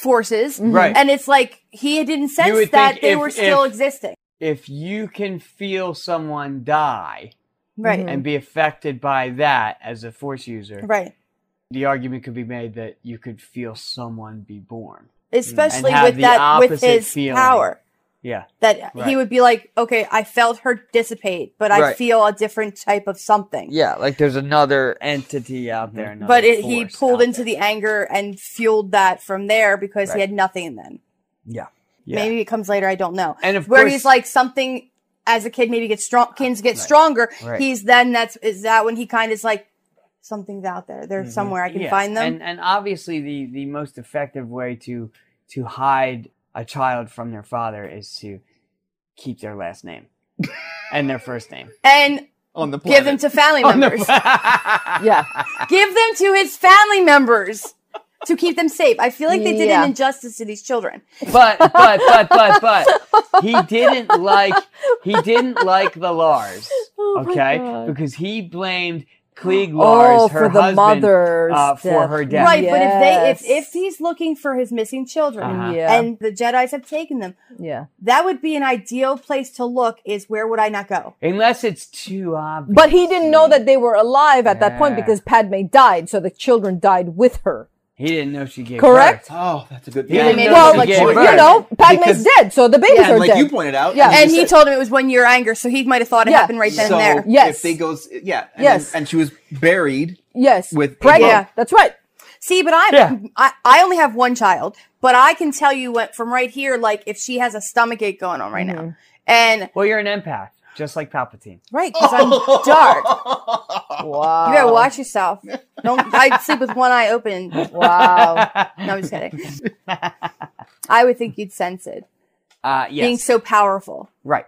forces, Right. And it's like he didn't You sense would that think they if- were still if- existing. If you can feel someone die, Right. and be affected by that as a force user, Right. The argument could be made that you could feel someone be born, Especially Mm. And have with the that- with opposite his power. Yeah, That he Right. would be like, okay, I felt her dissipate, but I Right. feel a different type of something. Yeah, like there's another entity out there. Another but it, he force. pulled into the anger and fueled that from there because he Right. had nothing then. yeah, Maybe it comes later. I don't know. And of where course- he's like something as a kid maybe gets strong, kids get stronger. Right. He's then that's is that when he kind of is like something's out there. There's Mhm. somewhere I can Yeah, find them. And, and obviously, the the most effective way to to hide a child from their father is to keep their last name and their first name. and on the give them to family members. yeah, give them to his family members to keep them safe. I feel like they did Yeah. an injustice to these children. But but but but but he didn't like he didn't like the Lars. Oh my Okay, God. because he blamed Klieg Oh, Lars, her for the husband, mother's uh, for death. her death. Right, but if they Yes. if if he's looking for his missing children Uh-huh. Yeah. and the Jedi's have taken them, yeah. that would be an ideal place to look is where would I not go? Unless it's too obvious. But he didn't know that they were alive at that point Yeah. because Padme died, so the children died with her. He didn't know she gave Correct? birth. Oh, that's a good. He didn't know well, she like, gave you birth. know, Padme's dead, so the babies Yeah, are and like dead. you pointed out, Yeah. as and you he said- told him it was one year anger, so he might have thought it Yeah. happened right then so and there. if they goes, yeah, and Yes. and she was buried. Yes, with Pregnant. Yeah. that's right. See, but I, Yeah. I I only have one child, but I can tell you what from right here, like if she has a stomach ache going on right Mm-hmm. now, and well, you're an empath, just like Palpatine. right because I'm dark. Wow, You better watch yourself. Don't I sleep with one eye open? Wow. No, I'm just kidding. I would think you'd sense it Uh, yes. being so powerful, right.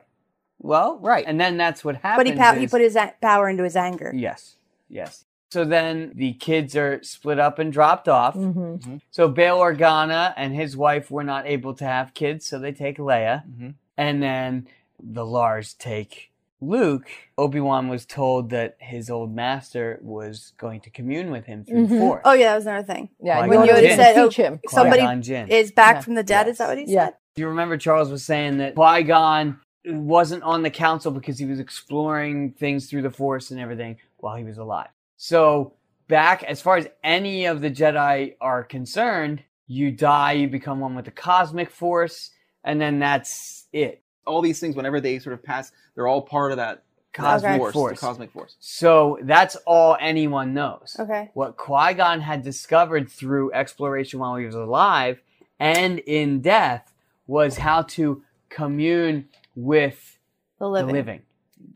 Well, right, and then that's what but happens. he pow- he is- put his a- power into his anger. Yes. Yes. So then the kids are split up and dropped off. Mm. Mm-hmm. So Bail Organa and his wife were not able to have kids, so they take Leia. Mm-hmm. And then the Lars take Luke. Obi Wan was told that his old master was going to commune with him through Mhm. force. Oh yeah, that was another thing. Yeah, when Qui-Gon Yoda Jinn. said, "Oh, Teach him." Qui-Gon somebody Jinn. is back Yeah. from the dead," is that what he said? Do you remember Charles was saying that Qui Gon wasn't on the council because he was exploring things through the Force and everything while he was alive? So, back as far as any of the Jedi are concerned, you die, you become one with the cosmic Force, and then that's it. All these things, whenever they sort of pass, they're all part of that Cosmic force, force. The cosmic force. So, that's all anyone knows. Okay. What Qui Gon had discovered through exploration while he was alive and in death was how to commune with The living. the living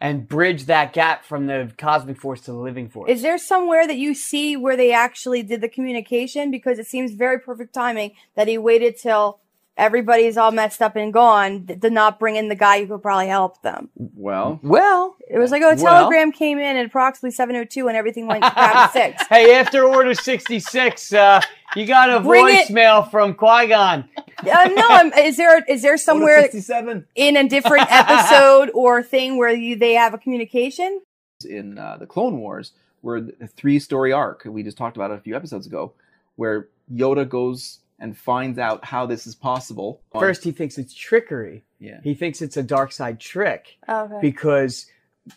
and bridge that gap from the cosmic force to the living force. Is there somewhere that you see where they actually did the communication? Because it seems very perfect timing that he waited till everybody's all messed up and gone th- to not bring in the guy who could probably help them. Well, well, It was like, oh, a Well- telegram came in at approximately 7.02 and everything went to oh crap at 6. hey, after Order 66, uh, you got a Bring it- voicemail from Qui Gon. Uh, no, I'm, is there is there somewhere 67. in a different episode or thing where you they have a communication? in uh, the Clone Wars were the three story arc we just talked about it a few episodes ago, where Yoda goes and finds out how this is possible. First, he thinks it's trickery. Yeah. He thinks it's a dark side trick Okay. because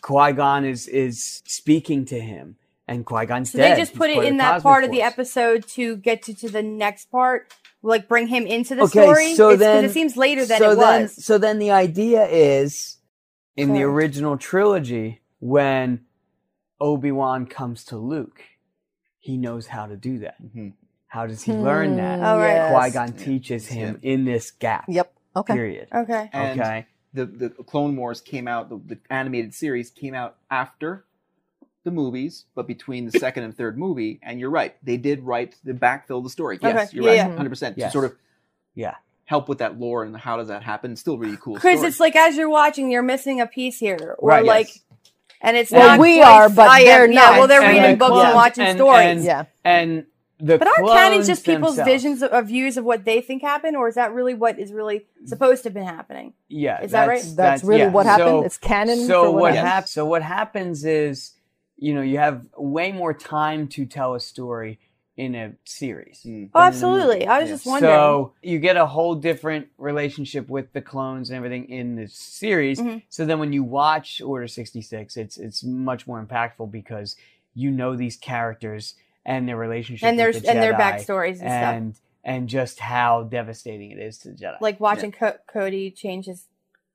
Qui Gon is is speaking to him, and Qui Gon's So dead. they just He's part put it of in the that Cosmic part of the Force. episode to get you to the next part, like bring him into the okay, story. so It's 'cause then it seems later than so it then- was. so then the idea is, in the Sorry. original trilogy, when Obi Wan comes to Luke, he knows how to do that. Mm-hmm. How does he learn that? Hmm, Oh, right. Qui Gon teaches him in this gap. Mm, Yep. Okay. Period. Okay. And okay. The the Clone Wars came out. The, the animated series came out after the movies, but between the second and third movie. And you're right, they did write the backfill the story. Yes, Okay, you're yeah, right, yeah. hundred percent. To Yes. sort of yeah help with that lore and how does that happen? Still really cool. Because story. it's like as you're watching, you're missing a piece here, or Right, like, and it's Well, not. we quite- are, but I am- they're Yeah, not. well, they're And reading the books and clones- watching and- stories. and- And the But aren't canons clones just people's themselves- visions of, of views of what they think happened, or is that really what is really Mm. supposed to have been happening? Yeah, Is that right? That's really what happened. It's canon So for what what happened. hap- So what happens is, you know, you have way more time to tell a story in a series. Mm. Oh, than in a absolutely. movie. I was just wondering. So you get a whole different relationship with the clones and everything in the series. Mhm. So then when you watch Order 66, it's it's much more impactful because you know these characters and their relationship And with their- the and their Jedi backstories and stuff. and and just how devastating it is to the Jedi. Like watching Co- Cody change his.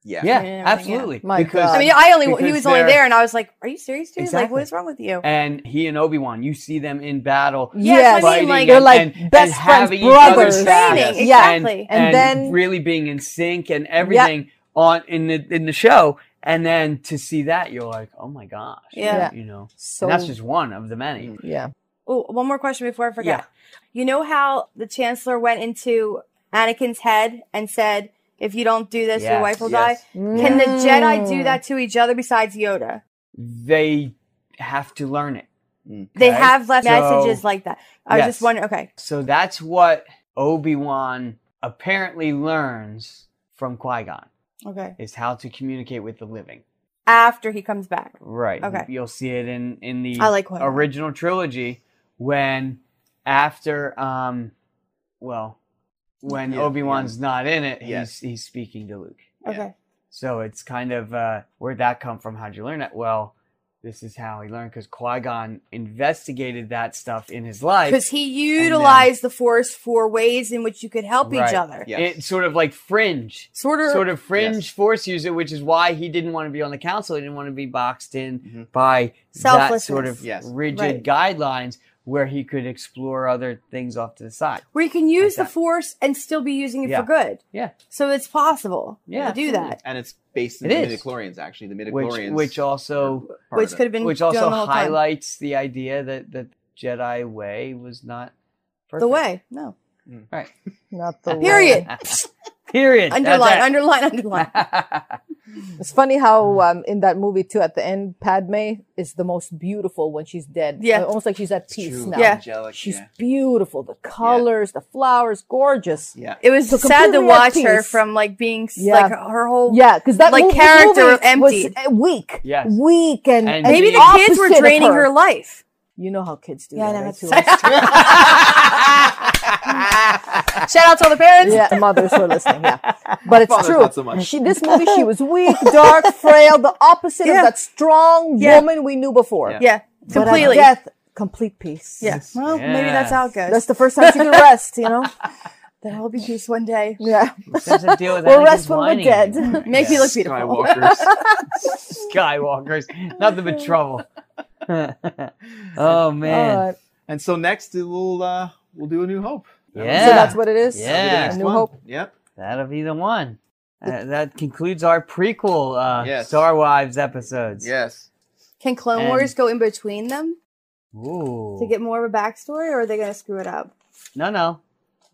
Yeah, tune yeah, and everything, absolutely. I mean, I only he Um, because was only they're- there, and I was like, "Are you serious, dude? Like, Exactly. what is wrong with you?" and he and Obi Wan, you see them in battle. Yeah, that's what I fighting mean, like- and- They're like and, best and friends, having each other's brothers. backs. Training, Yeah. exactly. and, and And then- really being in sync and everything on in the in the show. And then to see that, you're like, oh my gosh, Yeah. you know. So- and that's just one of the many. Yeah. Oh, one more question before I forget. You know how the Chancellor went into Anakin's head and said, "If you don't do this, your Yes, wife will yes. die." Can the Jedi Mm, do that to each other besides Yoda? They have to learn it. Okay? They have left So- messages like that. I was Yes. just wondering. Okay, So that's what Obi Wan apparently learns from Qui Gon okay. is how to communicate with the living. After he comes back, Right. Okay. You- You'll see it in in the I like Qui-Gon. original trilogy when after um well when Yeah, Obi-Wan's not in it, Yes. he's he's speaking to Luke. okay. So it's kind of uh where'd that come from? How'd you learn that? Well, this is how he learned because Qui-Gon investigated that stuff in his life. Because he utilized the Force for ways in which you could help Right. each other. It's sort of like fringe. Sort of- sort of fringe force user, which is why he didn't want to be on the council. He didn't want to be boxed in by that sort Selflessness. of Yes. rigid guidelines where he could explore other things off to the side. Where you can use the Force and still be using it Yeah. for good. Yeah. So it's possible Yeah, to do that. and it's based in It the is. midichlorians actually. The midichlorians Which, which also part Which of it. could have been which done also the whole time. highlights the idea that the Jedi way was not perfect. The way. No. Right. Not the Period. Period. That's underline, it. underline, underline. It's funny how Mm. um, in that movie too, at the end, Padme is the most beautiful when she's dead. Uh, Yeah. almost like she's at peace true. now. Yeah. Angelic, she's yeah. beautiful. The colors, the flowers, gorgeous. Yeah, It was So sad to completely at watch her peace. from like being s- Yeah. like her whole Yeah, because that like movie, character movie was empty. uh, weak, Yes. weak, and, And and Maybe the kids were opposite of draining her. life. You know how kids do Yeah, I that. know, right? that's- Too. Shout out to all the parents. Yeah, mothers who are listening. Yeah, but it's Fathers, true. not so much. She, this movie, she was weak, dark, frail, the opposite Yeah. of that strong Yeah. woman we knew before. Yeah. Yeah, But at completely. death, complete peace. Yeah. Well, maybe that's how it goes. That's the first time she can rest. You know, Then I'll be peace one day. Yeah. Doesn't deal with We'll Anakin's rest when we're whining dead. anymore. Make me look beautiful. Skywalkers. Skywalkers. Nothing but trouble. oh man. All right. And so next we'll uh, we'll do a new hope. Yeah. So that's what it is? Yeah. That'll be the next A New one. Hope. Yep. That'll be the one. Uh, that concludes our prequel uh, Star Wives episodes. Yes. Can Clone And- Wars go in between them Ooh. to get more of a backstory, or are they going to screw it up? no, no.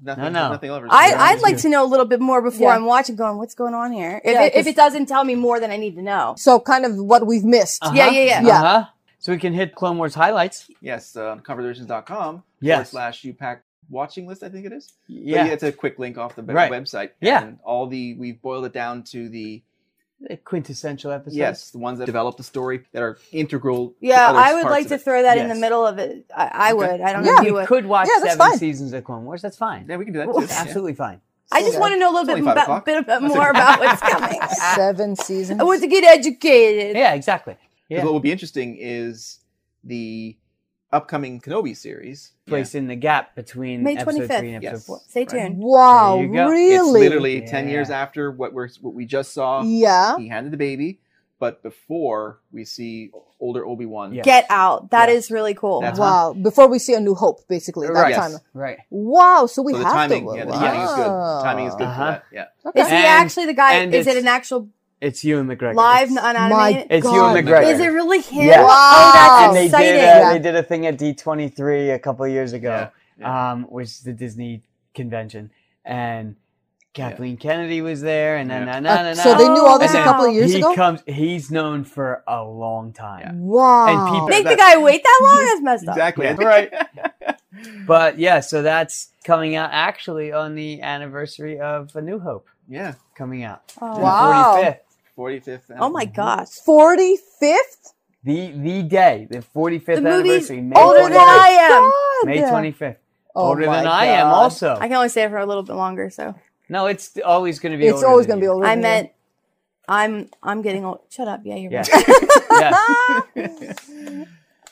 Nothing, no, no. nothing ever. I, I'd like to know a little bit more before Yeah. I'm watching, going, what's going on here? If, Yeah, it, if 'cause- it doesn't tell me more than I need to know. So kind of what we've missed. Yeah, yeah, yeah. Yeah. Uh-huh. So we can hit Clone Wars highlights. Yes, uh, conversations.com forward Yes. slash UPAC watching list, I think it is. But Yeah. it's a quick link off the web- Right. website. Yeah. And all the, we've boiled it down to the, The quintessential episode. yes, the ones that develop the story that are integral. to Yeah, other I would parts like of to it. throw that in Yes. the middle of it. I, I Okay. would. I don't know yeah, if you we would. could watch Yeah, that's seven fine. seasons of Clone Wars. That's fine. Yeah, we can do that too. Absolutely fine. I just Okay. want to know a little It's bit, only five about, o'clock. bit about That's more okay. about what's coming. Seven seasons. I want to get educated. Yeah, exactly. 'Cause What will be interesting is the upcoming Kenobi series. Place in the gap between May twenty fifth. Stay tuned. Wow, There you go. It's literally ten years after what we're what we just saw. Yeah. he handed the baby, but before we see older Obi Wan. Get out. That is really cool. That's wow. Before we see a new hope, basically. That Right. time. Yes. Right. Wow. So we so the have timing, to. yeah, the timing is good. The timing is good Wow. Uh-huh. for that. Yeah. Is he And- actually the guy? and Is it it's- an actual It's Ewan McGregor. live, not animated? It's Ewan McGregor. Is it really him? Yeah. Oh, and they that's exciting. Did a, They did a thing at D23 a couple of years ago, Um, which is the Disney convention. And Kathleen Kennedy was there. And then, na- na- Uh, na- so na. they knew all this a And couple of years he ago? Comes, he's known for a long time. Wow. people- Make the that- guy wait that long? That's messed up. Exactly. That's right. But yeah, so that's coming out actually on the anniversary of A New Hope. Yeah. Coming out. Oh. The Wow. 45th. Forty fifth. Oh my gosh. 45th? The the day, the 45th The movie's anniversary. May older than 25th. I am. May 25th. Oh older than my I am God. also. I can only stay for a little bit longer, so. no, it's always going to be older than you. I meant, I'm I'm getting old. Shut up. Yeah, you're Yeah. right.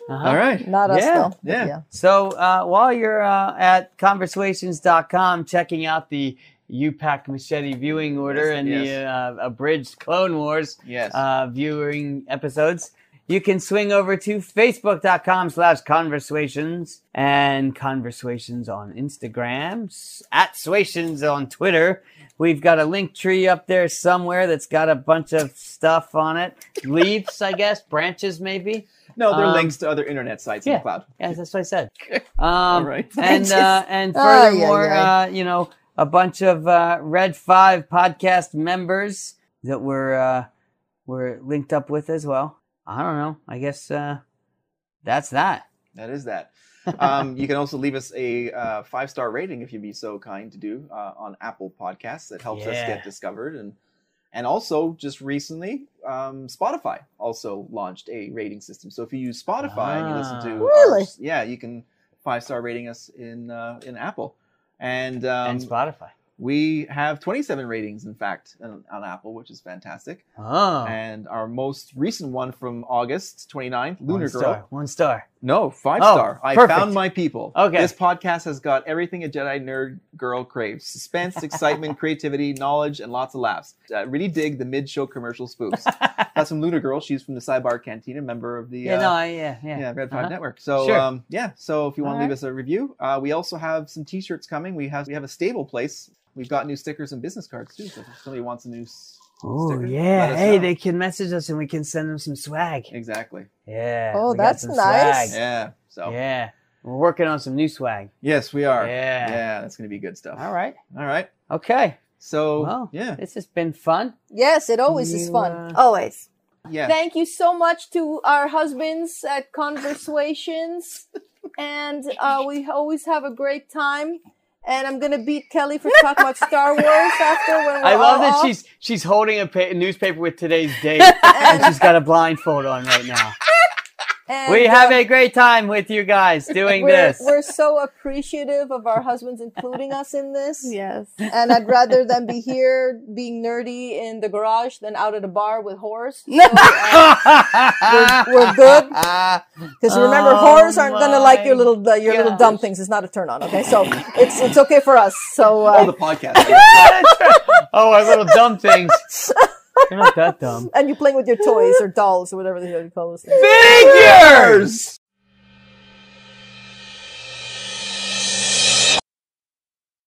All right. Not us, yeah. though. Yeah. Yeah. So uh, while you're uh, at conversations.com checking out the UPAC machete viewing order and the yes. uh, abridged Clone Wars Yes. uh, viewing episodes, you can swing over to facebook.com slash conversations and conversations on Instagram, s- at suations on Twitter. We've got a link tree up there somewhere that's got a bunch of stuff on it. Leaves, I guess, branches maybe. No, they're Um, links to other internet sites in yeah. the cloud. Yeah, that's what I said. Um, right. And uh, and Ay, ay, furthermore, ay. uh, you know, a bunch of uh, Red Five podcast members that were uh, were linked up with as well. I don't know. I guess uh, that's that. That is that. um, you can also leave us a uh, five star rating if you'd be so kind to do uh, on Apple Podcasts. That helps us Yeah. get discovered and and also just recently, um, Spotify also launched a rating system. So if you use Spotify and you listen to Ah. really yeah, you can five star rating us in uh, in Apple and um, And Spotify. We have 27 ratings, in fact, on, on Apple, which is fantastic. Oh. And our most recent one from August 29th, Lunar one Girl. star. One star. No, five Oh, star. I perfect. found my people. Okay. This podcast has got everything a Jedi nerd girl craves suspense, excitement, creativity, knowledge, and lots of laughs. Uh, really dig the mid show commercial spoofs. That's from Luna Girl. She's from the Sidebar Cantina, member of the Yeah, uh, no, I- yeah, yeah. Red 5 Uh-huh. Network. So, Sure. um, yeah, so if you want to All leave right. us a review, uh, we also have some t shirts coming. We have we have a stable place. We've got new stickers and business cards too. So if somebody wants a new s- Oh sticker, let yeah. us Hey, know. they can message us and we can send them some swag. Exactly. Yeah. Oh, we got that's some swag. nice. Yeah. So yeah, we're working on some new swag. Yes, we are. Yeah. Yeah, that's going to be good stuff. All right. All right. Okay. So, Well, yeah. This has been fun. Yes, it always Oh, is You, fun. uh, Always. Yeah. Thank you so much to our husbands at Conversations. and uh, we always have a great time. And I'm going to beat Kelly for talking about Star Wars after when we're I love all that off. she's she's holding a pa- newspaper with today's date, and she's got a blindfold on right now. And, we uh, have a great time with you guys doing we're, this. We're so appreciative of our husbands including us in this. Yes. And I'd rather them be here being nerdy in the garage than out at a bar with whores. we're, we're good. Because remember, whores aren't going to like your little the, your little dumb things. It's not a turn on. Okay, so it's it's okay for us. So uh, Oh, the podcast. oh, our little dumb things. You're not that dumb. and you playing with your toys or dolls or whatever the hell you call those things. Figure!